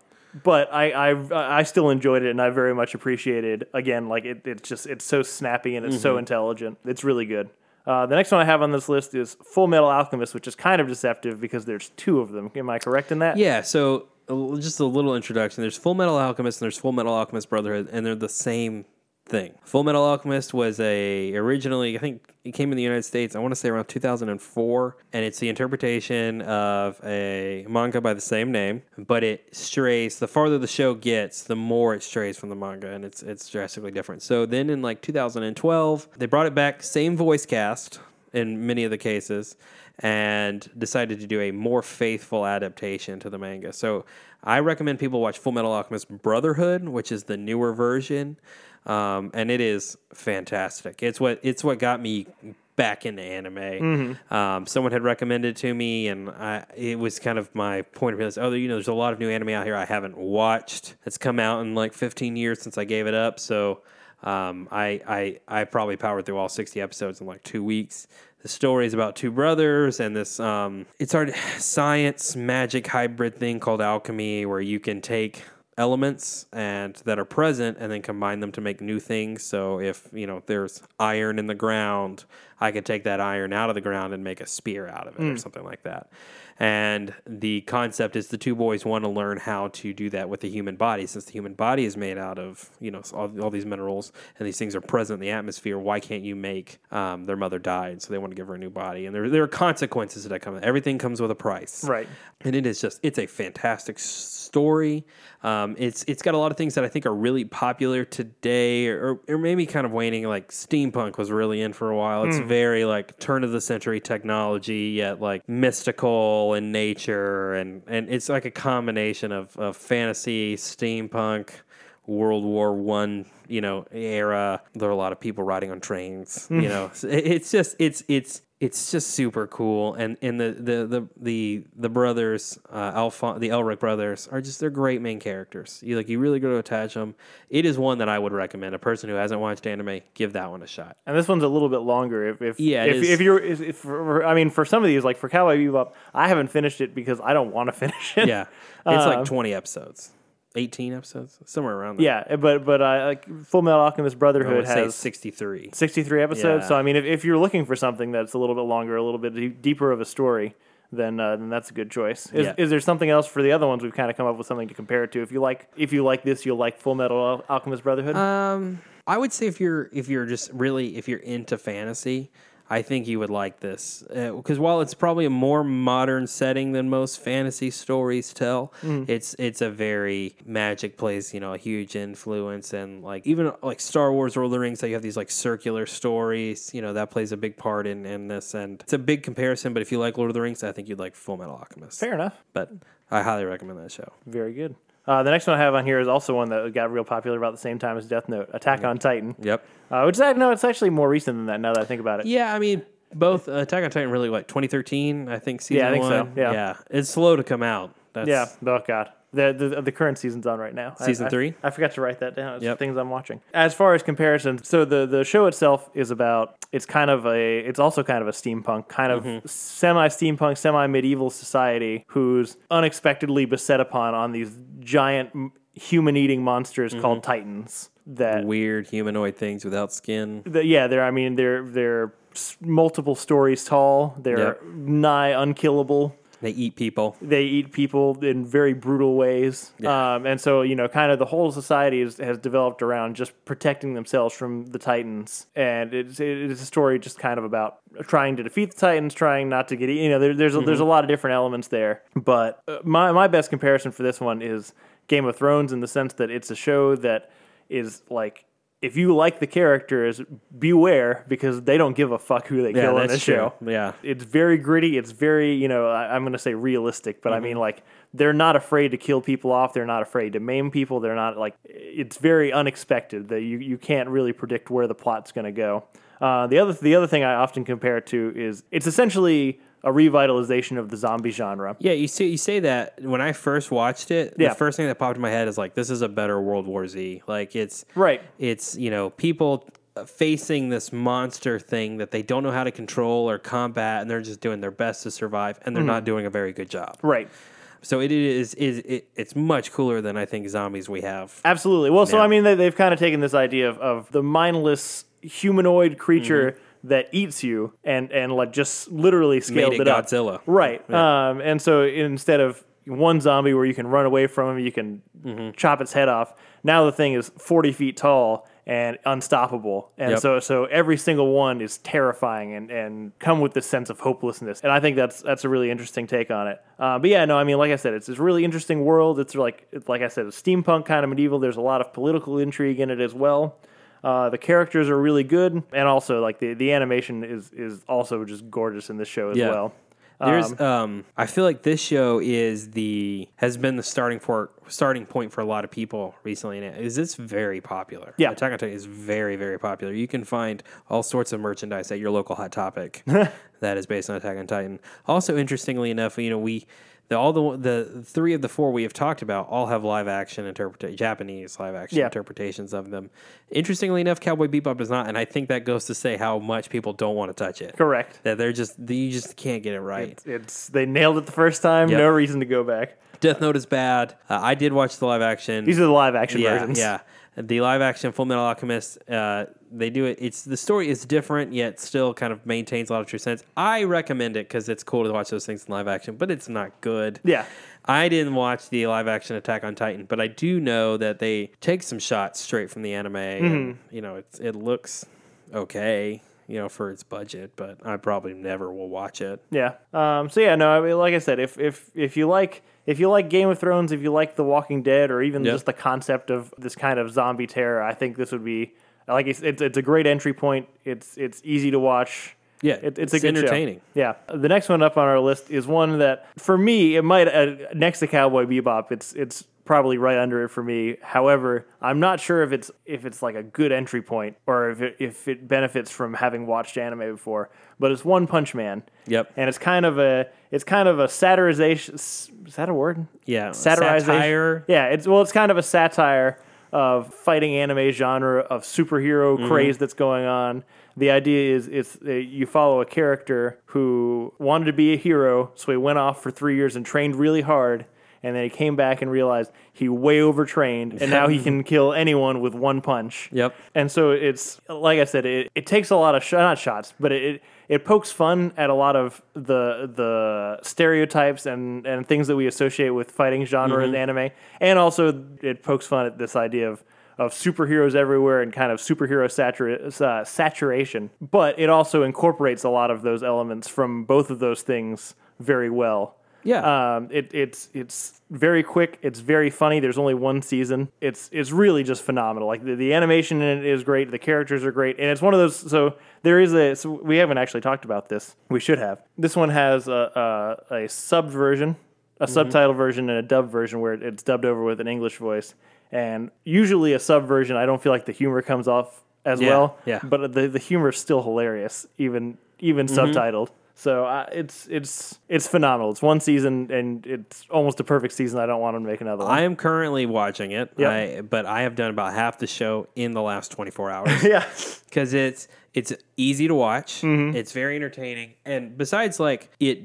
but I, I I still enjoyed it and I very much appreciated again like it, it's just it's so snappy and it's so
Mm-hmm.
intelligent it's really good. Uh, the next one I have on this list is Full Metal Alchemist, which is kind of deceptive because there's two of them. Am I correct in that?
Yeah, so a l- just a little introduction. There's Full Metal Alchemist and there's Full Metal Alchemist Brotherhood, and they're the same thing. Full Metal Alchemist was a originally, I think it came in the United States, I want to say around 2004, and it's the interpretation of a manga by the same name, but it strays the farther the show gets, the more it strays from the manga and it's it's drastically different. So then in like 2012, they brought it back, same voice cast in many of the cases and decided to do a more faithful adaptation to the manga. So I recommend people watch Full Metal Alchemist Brotherhood, which is the newer version, um, and it is fantastic. It's what it's what got me back into anime. Um, someone had recommended it to me, and I, it was kind of my point of view. is, Oh, you know, there's a lot of new anime out here I haven't watched. It's come out in like 15 years since I gave it up, so um, I, I I probably powered through all 60 episodes in like two weeks. The story is about two brothers and this um, it's our [sighs] science magic hybrid thing called alchemy, where you can take elements and that are present and then combine them to make new things. So if you know there's iron in the ground, I can take that iron out of the ground and make a spear out of it or something like that. And the concept is the two boys want to learn how to do that with the human body, since the human body is made out of you know all, all these minerals and these things are present in the atmosphere. Why can't you make um, their mother died? So they want to give her a new body, and there there are consequences that come. Everything comes with a price,
Right.
and it is just it's a fantastic s- story. Um, it's it's got a lot of things that I think are really popular today, or, or maybe kind of waning. Like steampunk was really in for a while. It's very like turn of the century technology, yet like mystical in nature, and and it's like a combination of of fantasy, steampunk. World War One, you know, era. There are a lot of people riding on trains. You
[laughs]
know, So it- it's just it's it's it's just super cool. And and the the the the, the brothers, uh, Alphon- the Elric brothers, are just they're great main characters. You like you really go to attach them. It is one that I would recommend. A person who hasn't watched anime, give that one
[laughs]
a shot.
And this one's a little bit longer. If, if
Yeah, it
if,
is.
if you're, if, if, for- I mean, for some of these, like for Cowboy Bebop, I haven't finished it because I don't want to [laughs] finish it.
Yeah, it's like twenty episodes, eighteen episodes, somewhere around there.
Uh, yeah. But but uh, like Full Metal Alchemist
I
Brotherhood
would say
has
sixty three.
63 episodes.
Yeah.
So I mean, if, if you're looking for something that's a little bit longer, a little bit de- deeper of a story, then uh, then that's a good choice. Is,
Yeah.
is there something else for the other ones? We've kind of come up with something to compare it to. If you like if you like this, you'll like Full Metal Al- Alchemist Brotherhood.
Um, I would say if you're if you're just really if you're into fantasy, I think you would like this because while it's probably a more modern setting than most fantasy stories tell, it's it's a very magic place. You know, a huge influence and like even like Star Wars, Lord of the Rings. That you have these like circular stories. You know, that plays a big part in in this, and it's a big comparison. But if you like Lord of the Rings, I think you'd like Full Metal Alchemist.
Fair enough.
But I highly recommend that show.
Very good. Uh, the next one I have on here is also one that got real popular about the same time as Death Note, Attack on Titan.
Yep.
Uh, which I know it's actually more recent than that. Now that I think about it,
Yeah, I mean, both uh, Attack on Titan really what 2013, I think season
Yeah, I think so,
one.
yeah.
it's slow to come out. That's,
yeah. Oh god, the, the the current season's on right now. I-
Season
I-
three?
I forgot to write that down. It's
Yep.
things I'm watching. As far as comparison, so the the show itself is about. It's kind of a. It's also kind of a steampunk, kind of
Mm-hmm.
semi steampunk, semi medieval society who's unexpectedly beset upon on these giant human eating monsters
Mm-hmm.
called titans. That
weird humanoid things without skin.
the, yeah, they're. I mean, they're they're s- multiple stories tall. They're
Yep.
nigh unkillable.
They eat people.
They eat people in very brutal ways, um, and so you know, kind of the whole society is, has developed around just protecting themselves from the Titans. And it's it's a story just kind of about trying to defeat the Titans, trying not to get eaten. You know, there, there's a, there's a lot of different elements there. But uh, my my best comparison for this one is Game of Thrones in the sense that it's a show that is like if you like the characters, beware because they don't give a fuck who they kill on this show.
true. Yeah,
It's very gritty. It's very, you know, I, I'm going to say realistic,
Mm-hmm.
but I mean, like, they're not afraid to kill people off. They're not afraid to maim people. They're not, like, it's very unexpected that you, you can't really predict where the plot's going to go. Uh, the other the other thing I often compare it to is it's essentially a revitalization of the zombie genre.
yeah. You see, you say that when I first watched it,
Yeah.
the first thing that popped in my head is like, this is a better World War Z. Like it's
Right.
It's you know people facing this monster thing that they don't know how to control or combat, and they're just doing their best to survive,
Mm-hmm.
and they're not doing a very good job.
Right.
So it is is it, it's much cooler than I think zombies we have.
Absolutely. Well, so
Yeah.
I mean, they, they've kind of taken this idea of, of the mindless humanoid creature that eats you, and and like just literally scaled
Mm-hmm. it
up.
Godzilla.
right? Um, and so instead of one zombie where you can run away from him, you can
Mm-hmm.
chop its head off. Now the thing is forty feet tall and unstoppable, and
Yep.
so so every single one is terrifying and and come with this sense of hopelessness. And I think that's that's a really interesting take on it. Uh, but yeah, no, I mean, like I said, it's this really interesting world. It's like it's like I said, it's steampunk kind of medieval. There's a lot of political intrigue in it as well. Uh, the characters are really good, and also like the, the animation is is also just gorgeous in this show as
Yeah.
well.
There's um I feel like this show is the has been the starting for starting point for a lot of people recently and it is it's very popular.
Yeah.
Attack on Titan is very, very popular. You can find all sorts of merchandise at your local
[laughs]
hot topic that is based on Attack on Titan. Also interestingly enough, you know, we the, all the the three of the four we have talked about all have live action interpretation Japanese live action
Yeah.
interpretations of them. Interestingly enough, Cowboy Bebop does not, and I think that goes to say how much people don't want to touch it.
Correct.
That they're just that you just can't get it right.
It's they nailed it the first time.
Yep.
No reason to go back.
Death Note is bad. Uh, I did watch the live action.
These are the live action
yeah,
versions.
yeah. The live action Full Metal Alchemist, uh, they do it. It's the story is different, yet still kind of maintains a lot of true sense. I recommend it because it's cool to watch those things in live action, but it's not good.
Yeah.
I didn't watch the live action Attack on Titan, but I do know that they take some shots straight from the anime. And,
Mm-hmm.
you know, it's, it looks okay, you know, for its budget, but I probably never will watch it.
Yeah. Um, so yeah, no, I mean, like I said, if if if you like if you like Game of Thrones, if you like The Walking Dead, or even
Yeah.
just the concept of this kind of zombie terror, I think this would be like it's it's, it's a great entry point. It's it's easy to watch.
Yeah,
It, it's, a
it's
good show.
entertaining.
Yeah, the next one up on our list is one that for me it might uh, next to Cowboy Bebop. It's it's probably right under it for me. However, I'm not sure if it's if it's like a good entry point or if it, if it benefits from having watched anime before. But it's One Punch Man.
Yep.
And it's kind of a it's kind of a satirization. s- Is that a word?
Yeah,
Satirization.
satire.
Yeah. It's well, it's kind of a satire of fighting anime genre of superhero craze that's going on. The idea is it's uh, you follow a character who wanted to be a hero, so he went off for three years and trained really hard. And then he came back and realized he way overtrained, and now he can kill anyone with one punch.
Yep.
And so it's like I said, it, it takes a lot of sh- not shots, but it, it pokes fun at a lot of the the stereotypes and and things that we associate with fighting genre and anime, and also it pokes fun at this idea of. Of superheroes everywhere and kind of superhero satura- uh, saturation, but it also incorporates a lot of those elements from both of those things very well.
Yeah.
Um, it, it's it's very quick. It's very funny. There's only one season. It's it's really just phenomenal. Like the, the animation in it is great. The characters are great, and it's one of those. So there is a. So we haven't actually talked about this. We should have. This one has a a, a subbed version, a
Mm-hmm.
subtitle version, and a dub version where it's dubbed over with an English voice. And usually a sub version, I don't feel like the humor comes off as
Yeah,
well.
yeah.
But the the humor is still hilarious, even even
Mm-hmm.
subtitled. So uh, it's it's it's phenomenal. It's one season and it's almost a perfect season. I don't want to make another one.
I am currently watching it,
Yep.
I, but I have done about half the show in the last 24
[laughs]
hours.
yeah,
because it's it's easy to watch.
Mm-hmm.
It's very entertaining, and besides, like it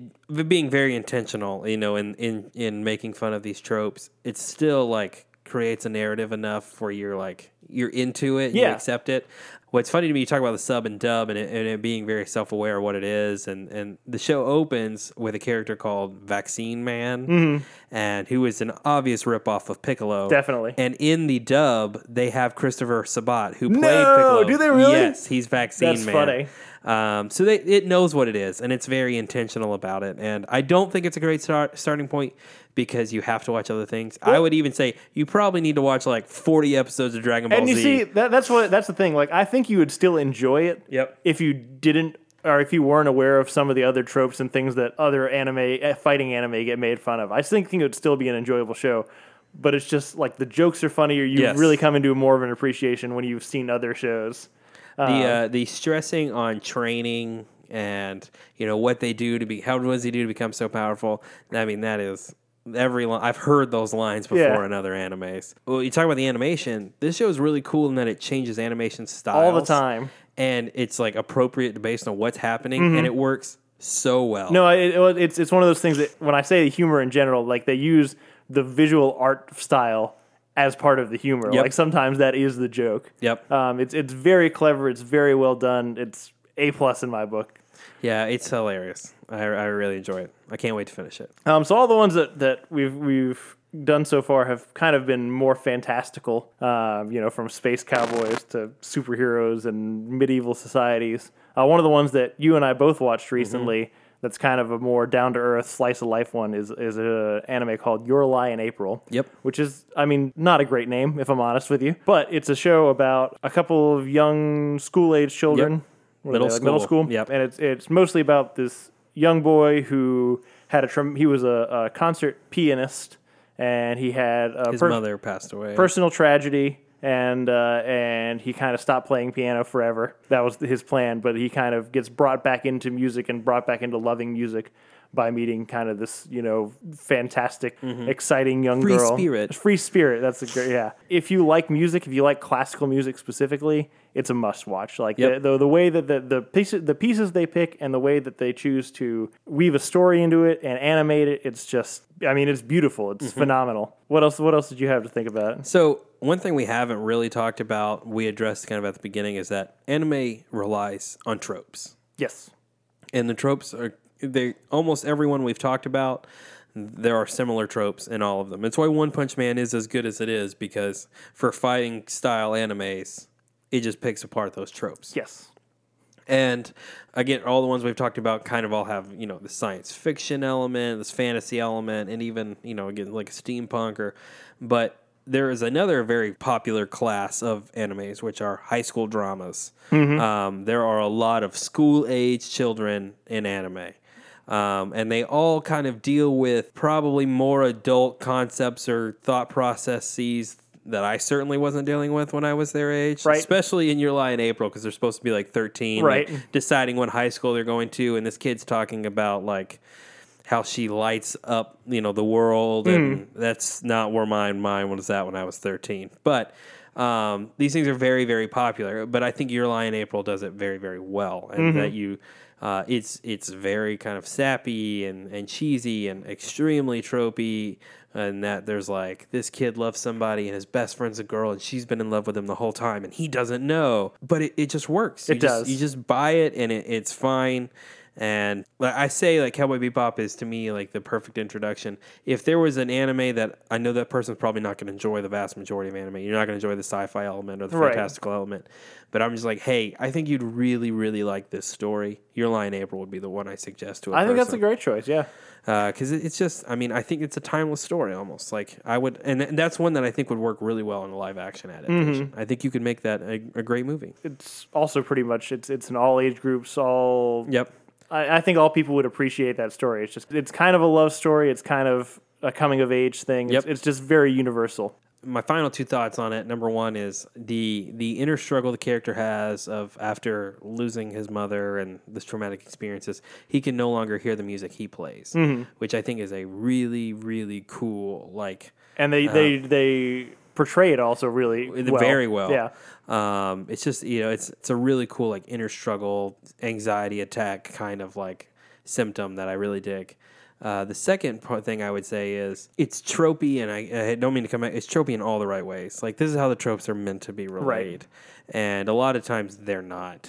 being very intentional, you know, in in in making fun of these tropes, it still like creates a narrative enough where you're like you're into it, you
Yeah.
accept it. What's funny to me, you talk about the sub and dub, and it, and it being very self aware of what it is, and and the show opens with a character called Vaccine Man,
Mm-hmm.
and who is an obvious ripoff of Piccolo,
Definitely.
And in the dub, they have Christopher Sabat who played
No,
Piccolo.
do they really?
Yes, he's vaccine
That's
man. funny. Um, so they, it knows what it is, and it's very intentional about it. And I don't think it's a great start, starting point because you have to watch other things. I would even say you probably need to watch like forty episodes of Dragon Ball
and you
Z.
see that, that's what that's the thing. Like I think you would still enjoy it.
Yep.
If you didn't or if you weren't aware of some of the other tropes and things that other anime eh, fighting anime get made fun of, I think think it would still be an enjoyable show. But it's just like the jokes are funnier. You
Yes.
really come into more of an appreciation when you've seen other shows.
the uh, the stressing on training and you know what they do to be how what does he do to become so powerful i mean that is every line i've heard those lines before
Yeah.
in other animes well you talk about the animation this show is really cool in that it changes animation styles
All the time.
and it's like appropriate based on what's happening and it works so well
No, it, it- it's it's one of those things that when I say humor in general, like they use the visual art style as part of the humor.
Yep.
Like sometimes that is the joke.
Yep.
Um, it's it's very clever. It's very well done. It's a plus in my book.
yeah it's hilarious I, I really enjoy it i can't wait to finish it
Um, so all the ones that, that we've we've done so far have kind of been more fantastical. Um, you know, from space cowboys to superheroes and medieval societies. Uh, one of the ones that you and I both watched
Mm-hmm.
recently. That's kind of a more down to earth slice of life one is is an anime called Your Lie in April.
Yep.
Which is, I mean, not a great name if I'm honest with you, but it's a show about a couple of young school age children. What are
Middle
they, like
school.
middle school.
Yep.
And it's it's mostly about this young boy who had a trem- he was a, a concert pianist and he had a
his
per-
mother passed away
personal tragedy and uh, and he kind of stopped playing piano forever. That was his plan, but he kind of gets brought back into music and brought back into loving music by meeting kind of this you know fantastic, exciting young
Mm-hmm. Free
girl.
spirit.
Free spirit. That's a great yeah. If you like music, if you like classical music specifically, it's a must watch. Like
Yep.
the, the the way that the the pieces the pieces they pick and the way that they choose to weave a story into it and
Mm-hmm.
animate it, it's just I mean it's beautiful. It's phenomenal. What else? What else did you have to think about?
So One thing we haven't really talked about, we addressed kind of at the beginning, is that anime relies on tropes.
Yes.
And the tropes are they almost everyone we've talked about, there are similar tropes in all of them. It's why One Punch Man is as good as it is, because for fighting style animes, it just picks apart those tropes.
Yes.
And again, all the ones we've talked about kind of all have, you know, the science fiction element, this fantasy element, and even, you know, again, like steampunk or, but there is another very popular class of animes, which are high school dramas. Um, there are a lot of school age children in anime. Um, and they all kind of deal with probably more adult concepts or thought processes that I certainly wasn't dealing with when I was their age,
Right.
especially in July and April, because they're supposed to be like 13, like,
Right.
deciding what high school they're going to. And this kid's talking about like how she lights up, you know, the world.
Mm.
And that's not where mine, mine was at when I was 13. But um, these things are very, very popular. But I think Your Lie in April does it very, very well. And
Mm-hmm.
that you, uh, it's it's very kind of sappy and, and cheesy and extremely tropey. And that there's like this kid loves somebody and his best friend's a girl and she's been in love with him the whole time and he doesn't know. But it, it just works. It
does.
You just buy it and it, it's fine. And like I say, like Cowboy Bebop is to me like the perfect introduction. If there was an anime that I know that person's probably not going to enjoy the vast majority of anime, you're not going to enjoy the sci-fi element or the
Right.
fantastical element. But I'm just like, hey, I think you'd really, really like this story. Your Lion April would be the one I suggest to. A
I think that's a
person
great choice. Yeah.
because it it's just i mean i think it's a timeless story almost like i would and, th- that's one that i think would work really well in a live action adaptation
Mm-hmm.
i think you could make that a, a great movie
It's also pretty much it's it's an all age groups, all
yep
I, I think all people would appreciate that story. It's just it's kind of a love story. It's kind of a coming of age thing. It's,
Yep.
it's just very universal.
my final two thoughts on it number one is the the inner struggle the character has of after losing his mother and this traumatic experiences he can no longer hear the music he plays which i think is a really really cool like
And they they they portray it also really
Uh-huh. It-
well.
very well.
Yeah.
Um, it's just you know, it's it's a really cool like inner struggle, anxiety attack kind of like symptom that I really dig. Uh, the second part thing I would say is it's tropey, and I, I don't mean to come. At, it's tropey in all the right ways. Like this is how the tropes are meant to be relayed, and a lot of times they're not.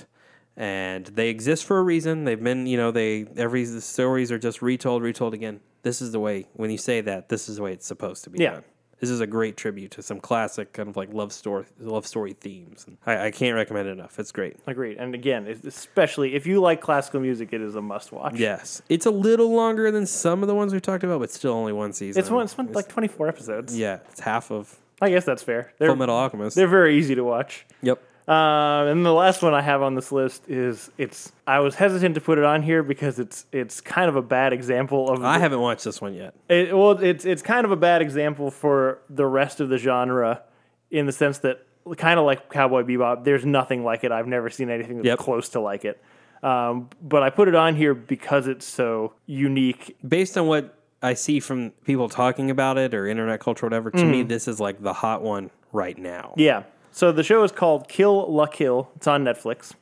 And they exist for a reason. They've been, you know, they every the stories are just retold, retold again. This is the way. When you say that, this is the way it's supposed to be
Yeah.
done. This is a great tribute to some classic kind of like love story, love story themes. And I, I can't recommend it enough. It's great.
Agreed. And again, it's- especially if you like classical music, it is a must watch.
Yes, it's a little longer than some of the ones we've talked about, but still only one season.
It's one it's one like twenty four episodes.
Yeah, it's half of
I guess that's fair. They're
Full Metal Alchemist.
they're very easy to watch.
Yep.
Um, and the last one I have on this list is it's. I was hesitant to put it on here because it's it's kind of a bad example of.
I haven't watched this one yet.
it, well, it's it's kind of a bad example for the rest of the genre, in the sense that kind of like Cowboy Bebop, there's nothing like it. I've never seen anything that's
Yep.
close to like it. Um, but I put it on here because it's so unique.
Based on what I see from people talking about it or internet culture, or whatever, to me this is like the hot one right now.
Yeah. So the show is called Kill La Kill. It's on Netflix.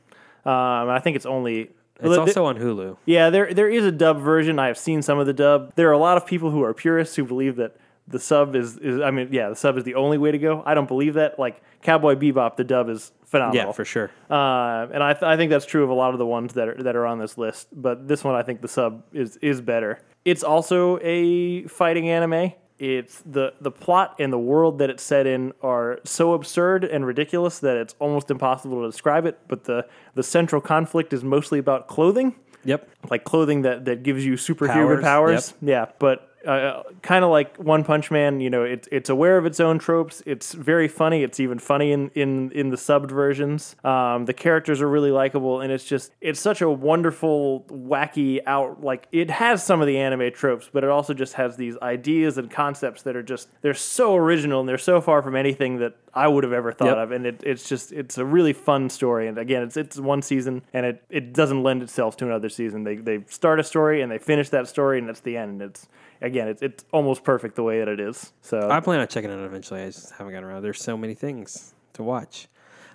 Um, I think it's only.
It's also on Hulu.
Yeah, there there is a dub version. I have seen some of the dub. There are a lot of people who are purists who believe that the sub is, is I mean, yeah, the sub is the only way to go. I don't believe that. Like Cowboy Bebop, the dub is phenomenal.
Yeah, Oh, for sure.
Uh, and I, th- I think that's true of a lot of the ones that are, that are on this list. But this one, I think the sub is is better. It's also a fighting anime. It's the the plot and the world that it's set in are so absurd and ridiculous that it's almost impossible to describe it. But the the central conflict is mostly about clothing
Yep.
like clothing that that gives you superhuman
Powers,
powers. Yeah, but uh, kind of like One Punch Man, you know, it's it's aware of its own tropes. It's very funny. It's even funny in in in the subbed versions. Um, the characters are really likable, and it's just it's such a wonderful, wacky out. Like it has some of the anime tropes, but it also just has these ideas and concepts that are just they're so original and they're so far from anything that I would have ever thought
Yep.
of. And it, it's just it's a really fun story. And again, it's it's one season, and it, it doesn't lend itself to another season. They they start a story and they finish that story, and that's the end. It's again, it's it's almost perfect the way that it is. So
I plan on checking it out eventually. I just haven't gotten around. There's so many things to watch.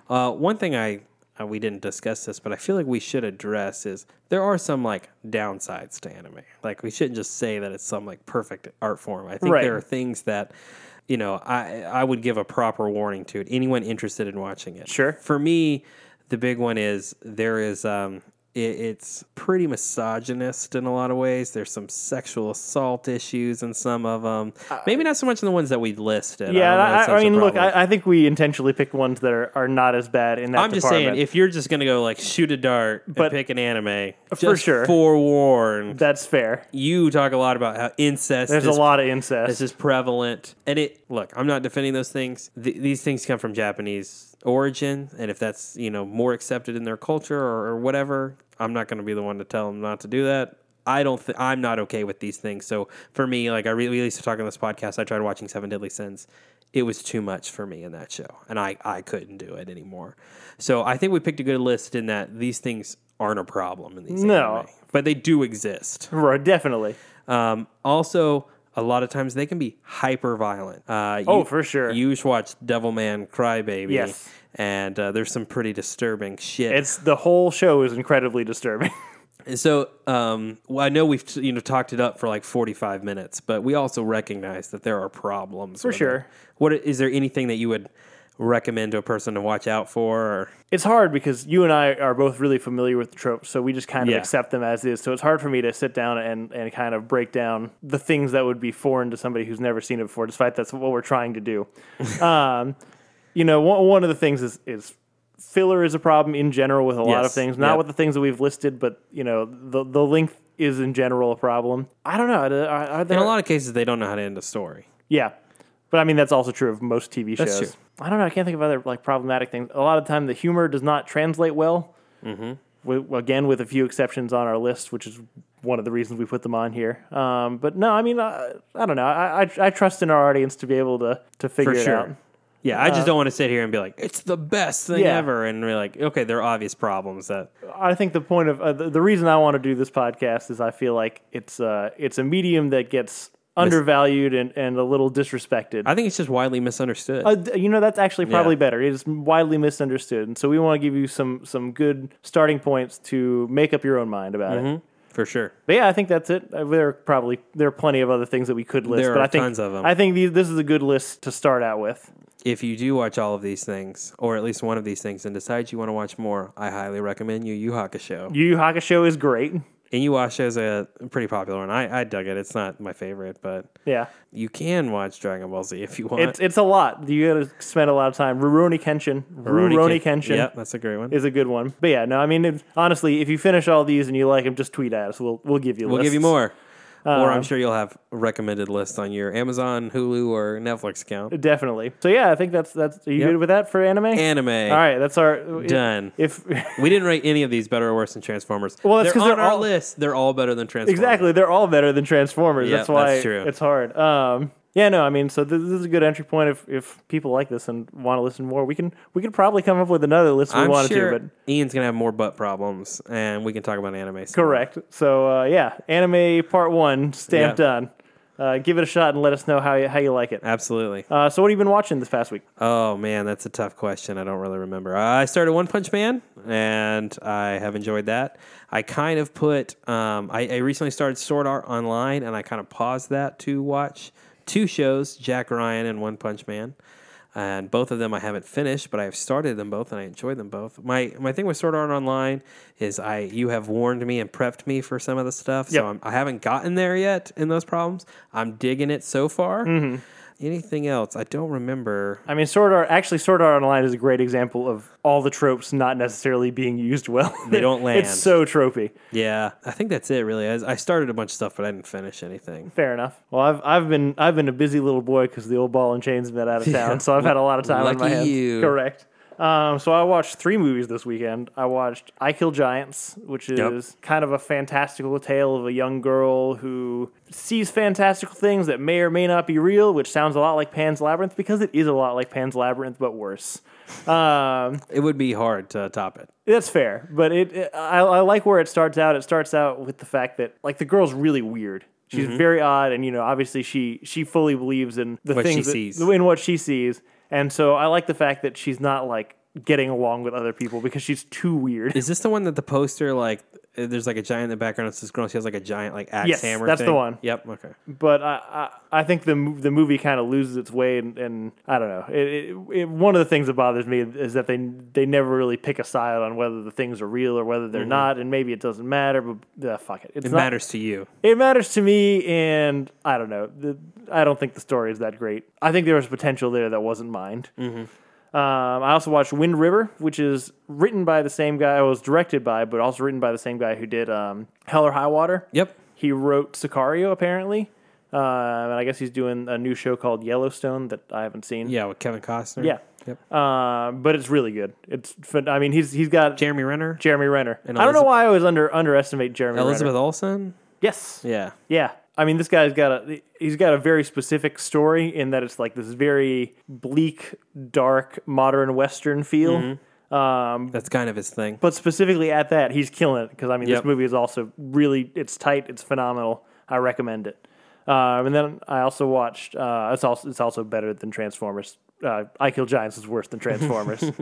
Uh, one thing I uh, we didn't discuss this, but I feel like we should address is there are some like downsides to anime. Like we shouldn't just say that it's some like perfect art form. I think
Right.
there are things that you know I I would give a proper warning to anyone interested in watching it.
Sure.
For me, the big one is there is um it, it's pretty misogynist in a lot of ways. There's some sexual assault issues in some of them. Maybe not so much in the ones that we listed.
Uh, Yeah,
don't know
I,
if
I,
that's a
mean, look,
problem.
I, I think we intentionally picked ones that are, are not as bad in that
I'm just
department.
saying, if you're just gonna go like shoot a dart and
But-
pick an anime, just
sure.
forewarned.
That's fair.
You talk a lot about how incest.
There's
is,
a lot of incest.
This is prevalent, and it. Look, I'm not defending those things. Th- these things come from Japanese origin, and if that's you know more accepted in their culture or, or whatever, I'm not gonna be the one to tell them not to do that. I don't. Th- I'm not okay with these things. So for me, like I really used to talk on this podcast. I tried watching Seven Deadly Sins it was too much for me in that show and I, I couldn't do it anymore so i think we picked a good list in that these things aren't a problem in these
No.
anime, but they do exist
[laughs] Right, definitely.
um, also a lot of times they can be hyper violent uh, you-
Oh, for sure.
you should watch devilman crybaby
Yes.
and uh, there's some pretty disturbing shit
It's the whole show is incredibly disturbing.
and so, um, well, I know we've you know talked it up for like forty five minutes, but we also recognize that there are problems for
sure.
What is there anything that you would recommend to a person to watch out for? Or,
it's hard because you and I are both really familiar with the tropes, so we just kind of
Yeah.
accept them as is. So it's hard for me to sit down and, and kind of break down the things that would be foreign to somebody who's never seen it before, despite that's what we're trying to
[laughs]
do. um, you know, one, one of the things is, is filler is a problem in general with a lot of
Yes.
things, not
Yep.
with the things that we've listed, but, you know, the, the length is in general a problem. I don't know. Are, there- are there,
in a lot of cases, they don't know how to end a story.
yeah, but I mean that's also true of most TV shows.
true.
I don't know. I can't think of other like problematic things. A lot of time the humor does not translate well. Mm-hmm. again, with a few exceptions on our list, which is one of the reasons we put them on here. Um, but no, I mean I, I don't know. I, I I trust in our audience to be able to to figure it
sure.
out. Uh,
Yeah, I just don't want to sit here and be like, it's the best thing
Yeah.
ever, and we're like, okay, there are obvious problems that
I think the point of uh, the, the reason I want to do this podcast is I feel like it's uh it's a medium that gets undervalued and, and a little disrespected.
I think it's just widely misunderstood.
Uh, d- you know that's actually probably better. It is widely misunderstood, and so we want to give you some some good starting points to make up your own mind about it.
for sure.
But yeah, I think that's it. Uh, There are probably there are plenty of other things that we could list,
There
but
are
I think
tons of 'em.
I think these, this is a good list to start out with.
if you do watch all of these things, or at least one of these things, and decide you want to watch more, I highly recommend Yu Yu Hakusho.
Yu Yu Hakusho is great.
Inuyasha is a pretty popular one. I, I dug it. It's not my favorite, but
Yeah,
you can watch Dragon Ball Z if you want.
it's it's a lot. You got to spend a lot of time. Rurouni Kenshin, Rurouni,
Ken-
Kenshin
Yep, that's a great one.
is a good one. But yeah, no, I mean it, honestly, if you finish all these and you like them, just tweet at us. We'll we'll give you
We'll give you
lists.
more. or
um,
I'm sure you'll have recommended lists on your Amazon, Hulu, or Netflix account.
Definitely. So yeah, I think that's that's. Are you good with that for anime?
Anime.
All right, that's our
Done.
If [laughs]
We didn't rate any of these better or worse than Transformers.
Well, that's
They're
'cause
on
they're
our
all-
list. They're all better than Transformers.
exactly, they're all better than Transformers.
Yeah,
that's why
that's true.
it's hard. Um, yeah, no, I mean, so this, this is a good entry point. If if people like this and want to listen more, we can we could probably come up with another list if we
I'm
wanted
sure
to. But
Ian's gonna have more butt problems, and we can talk about anime. some more.
correct. So uh, yeah, anime part one stamped
Yeah.
on. Uh, give it a shot and let us know how you, how you like it.
Absolutely.
Uh, so what have you been watching this past week?
Oh man, that's a tough question. I don't really remember. I started One Punch Man, and I have enjoyed that. I kind of put. Um, I, I recently started Sword Art Online, and I kind of paused that to watch two shows: Jack Ryan and One Punch Man. And both of them I haven't finished, but I have started them both, and I enjoyed them both. My my thing with Sword Art Online is I you have warned me and prepped me for some of the stuff,
Yep.
so I'm, I haven't gotten there yet in those problems. I'm digging it so far. Anything else? I don't remember.
I mean, Sword Art actually Sword Art Online is a great example of all the tropes not necessarily being used well.
They don't
[laughs]
land.
It's so tropey.
Yeah, I think that's it. Really, I, I started a bunch of stuff, but I didn't finish anything.
Fair enough. Well, I've I've been I've been a busy little boy because the old ball and chain's been out of town, so I've had a lot of time on my
Lucky
hands.
you.
Correct. Um, so I watched three movies this weekend. I watched I Kill Giants, which is
Yep.
kind of a fantastical tale of a young girl who sees fantastical things that may or may not be real, which sounds a lot like Pan's Labyrinth because it is a lot like Pan's Labyrinth, but worse. Um,
It would be hard to top it.
that's fair, but it, it- I, I like where it starts out. It starts out with the fact that like the girl's really weird. She's
Mm-hmm.
very odd, and you know, obviously she she fully believes in the
What she
things that-
sees.
in what she sees, and so I like the fact that she's not like getting along with other people because she's too weird. [laughs]
Is this the one that the poster like? uh, There's like a giant in the background. It's this girl. She has like a giant like axe
Yes,
hammer.
that's the
thing.
one.
Yep. Okay.
but I, I, I think the mo- the movie kind of loses its way, and, and I don't know. It, it, it, one of the things that bothers me is that they they never really pick a side on whether the things are real or whether they're not, and maybe it doesn't matter. But uh, fuck it, it's
Mm-hmm. It
not,
matters to you.
It matters to me, and I don't know. The, I don't think the story is that great. I think there was potential there that wasn't mined.
Mm-hmm.
Um, I also watched Wind River, which is written by the same guy. It was directed by, but also written by the same guy who did um, Hell or High Water.
Yep.
He wrote Sicario, apparently. Uh, and I guess he's doing a new show called Yellowstone that I haven't seen.
Yeah, with Kevin Costner.
Yeah.
Yep.
Uh, but it's really good. It's. Fin- I mean, he's he's got
Jeremy Renner.
Jeremy Renner.
And
I don't know
Elizabeth-
why I always under underestimate Jeremy
Elizabeth
Renner.
Olsen.
Yes.
Yeah.
Yeah. I mean, this guy's got a he's got a very specific story in that it's like this very bleak, dark, modern Western feel. Um,
That's kind of his thing.
but specifically at that, he's killing it because I mean,
Yep.
this movie is also really it's tight, it's phenomenal. I recommend it. Um, and then I also watched. Uh, it's also it's also better than Transformers. Uh, I Kill Giants is worse than Transformers. um,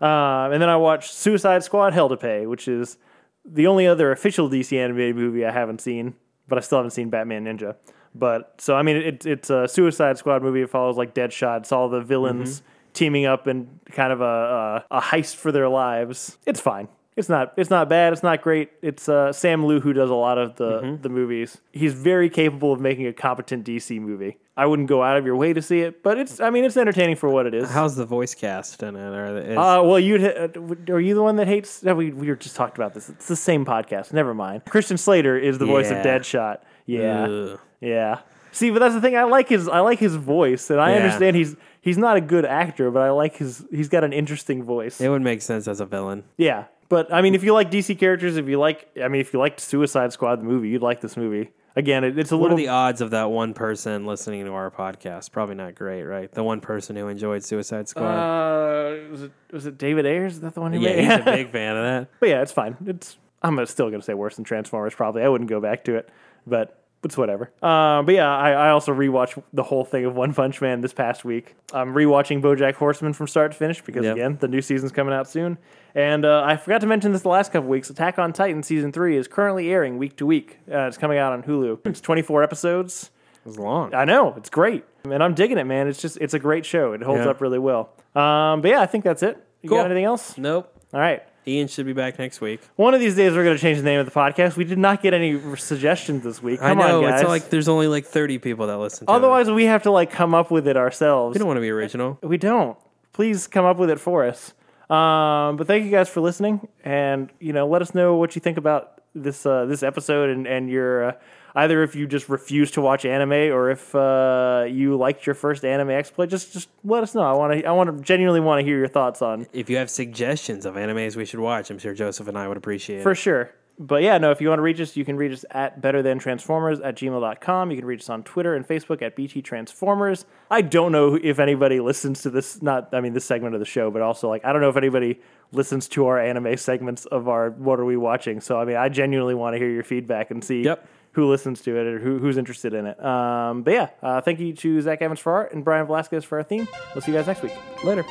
and then I watched Suicide Squad: Hell to Pay, which is the only other official DC animated movie I haven't seen, but I still haven't seen Batman Ninja. But so I mean, it, it's a Suicide Squad movie. It follows like Deadshot. It's all the villains teaming up in kind of a, a a heist for their lives. It's fine. It's not. It's not bad. It's not great. It's uh, Sam Liu who does a lot of the the movies. He's very capable of making a competent DC movie. I wouldn't go out of your way to see it, but it's. I mean, it's entertaining for what it is.
How's the voice cast in it? Are they, is,
Uh, well, you are you the one that hates? No, we we were just talked about this. It's the same podcast. Never mind. Christian Slater is the voice of
Yeah.
Deadshot. Yeah,
Ugh.
yeah. See, but that's the thing. I like his I like his voice, and I
Yeah.
understand he's he's not a good actor, but I like his he's got an interesting voice.
it would make sense as a villain.
Yeah, but I mean, if you like DC characters, if you like, I mean, if you liked Suicide Squad the movie, you'd like this movie. Again, it, it's a
What
little
are the odds of that one person listening to our podcast? Probably not great, right? The one person who enjoyed Suicide Squad.
Uh, was it was it David Ayers? Is that the one who
yeah,
made? it?
he's [laughs] a big fan of that.
But yeah, it's fine. It's I'm gonna- still gonna say worse than Transformers. Probably I wouldn't go back to it, but it's whatever. Uh, but yeah, I, I also rewatched the whole thing of One Punch Man this past week. I'm rewatching BoJack Horseman from start to finish because
Yep.
again, the new season's coming out soon. And uh, I forgot to mention this the last couple weeks. Attack on Titan season three is currently airing week to week. Uh, it's coming out on Hulu. [clears throat] It's 24 episodes.
It was long.
I know it's great, and I'm digging it, man. It's just it's a great show. It holds
Yeah.
up really well. Um, but yeah, I think that's it. You
Cool.
got anything else?
Nope.
All right.
Ian should be back next week.
One of these days, we're going to change the name of the podcast. We did not get any r- suggestions this week. Come
I know
on, guys.
it's like there's only like 30 people that listen. to it.
Otherwise, we have to like come up with it ourselves.
we don't want to be original.
We don't. Please come up with it for us. Um, but thank you guys for listening, and you know, let us know what you think about this uh, this episode, and and your uh, either if you just refuse to watch anime, or if uh, you liked your first anime exploit. Just just let us know. I want to I want to genuinely want to hear your thoughts on
If you have suggestions of animes we should watch, I'm sure Joseph and I would appreciate
For
it.
sure. But yeah, no, if you want to reach us, you can reach us at better than transformers at gmail.com. You can reach us on Twitter and Facebook at BT Transformers. I don't know if anybody listens to this, not, I mean, this segment of the show, but also, like, I don't know if anybody listens to our anime segments of our What Are We Watching. So, I mean, I genuinely want to hear your feedback and see
Yep.
who listens to it or who, who's interested in it. Um, but yeah, uh, thank you to Zach Evans for art and Brian Velasquez for our theme. We'll see you guys next week.
Later.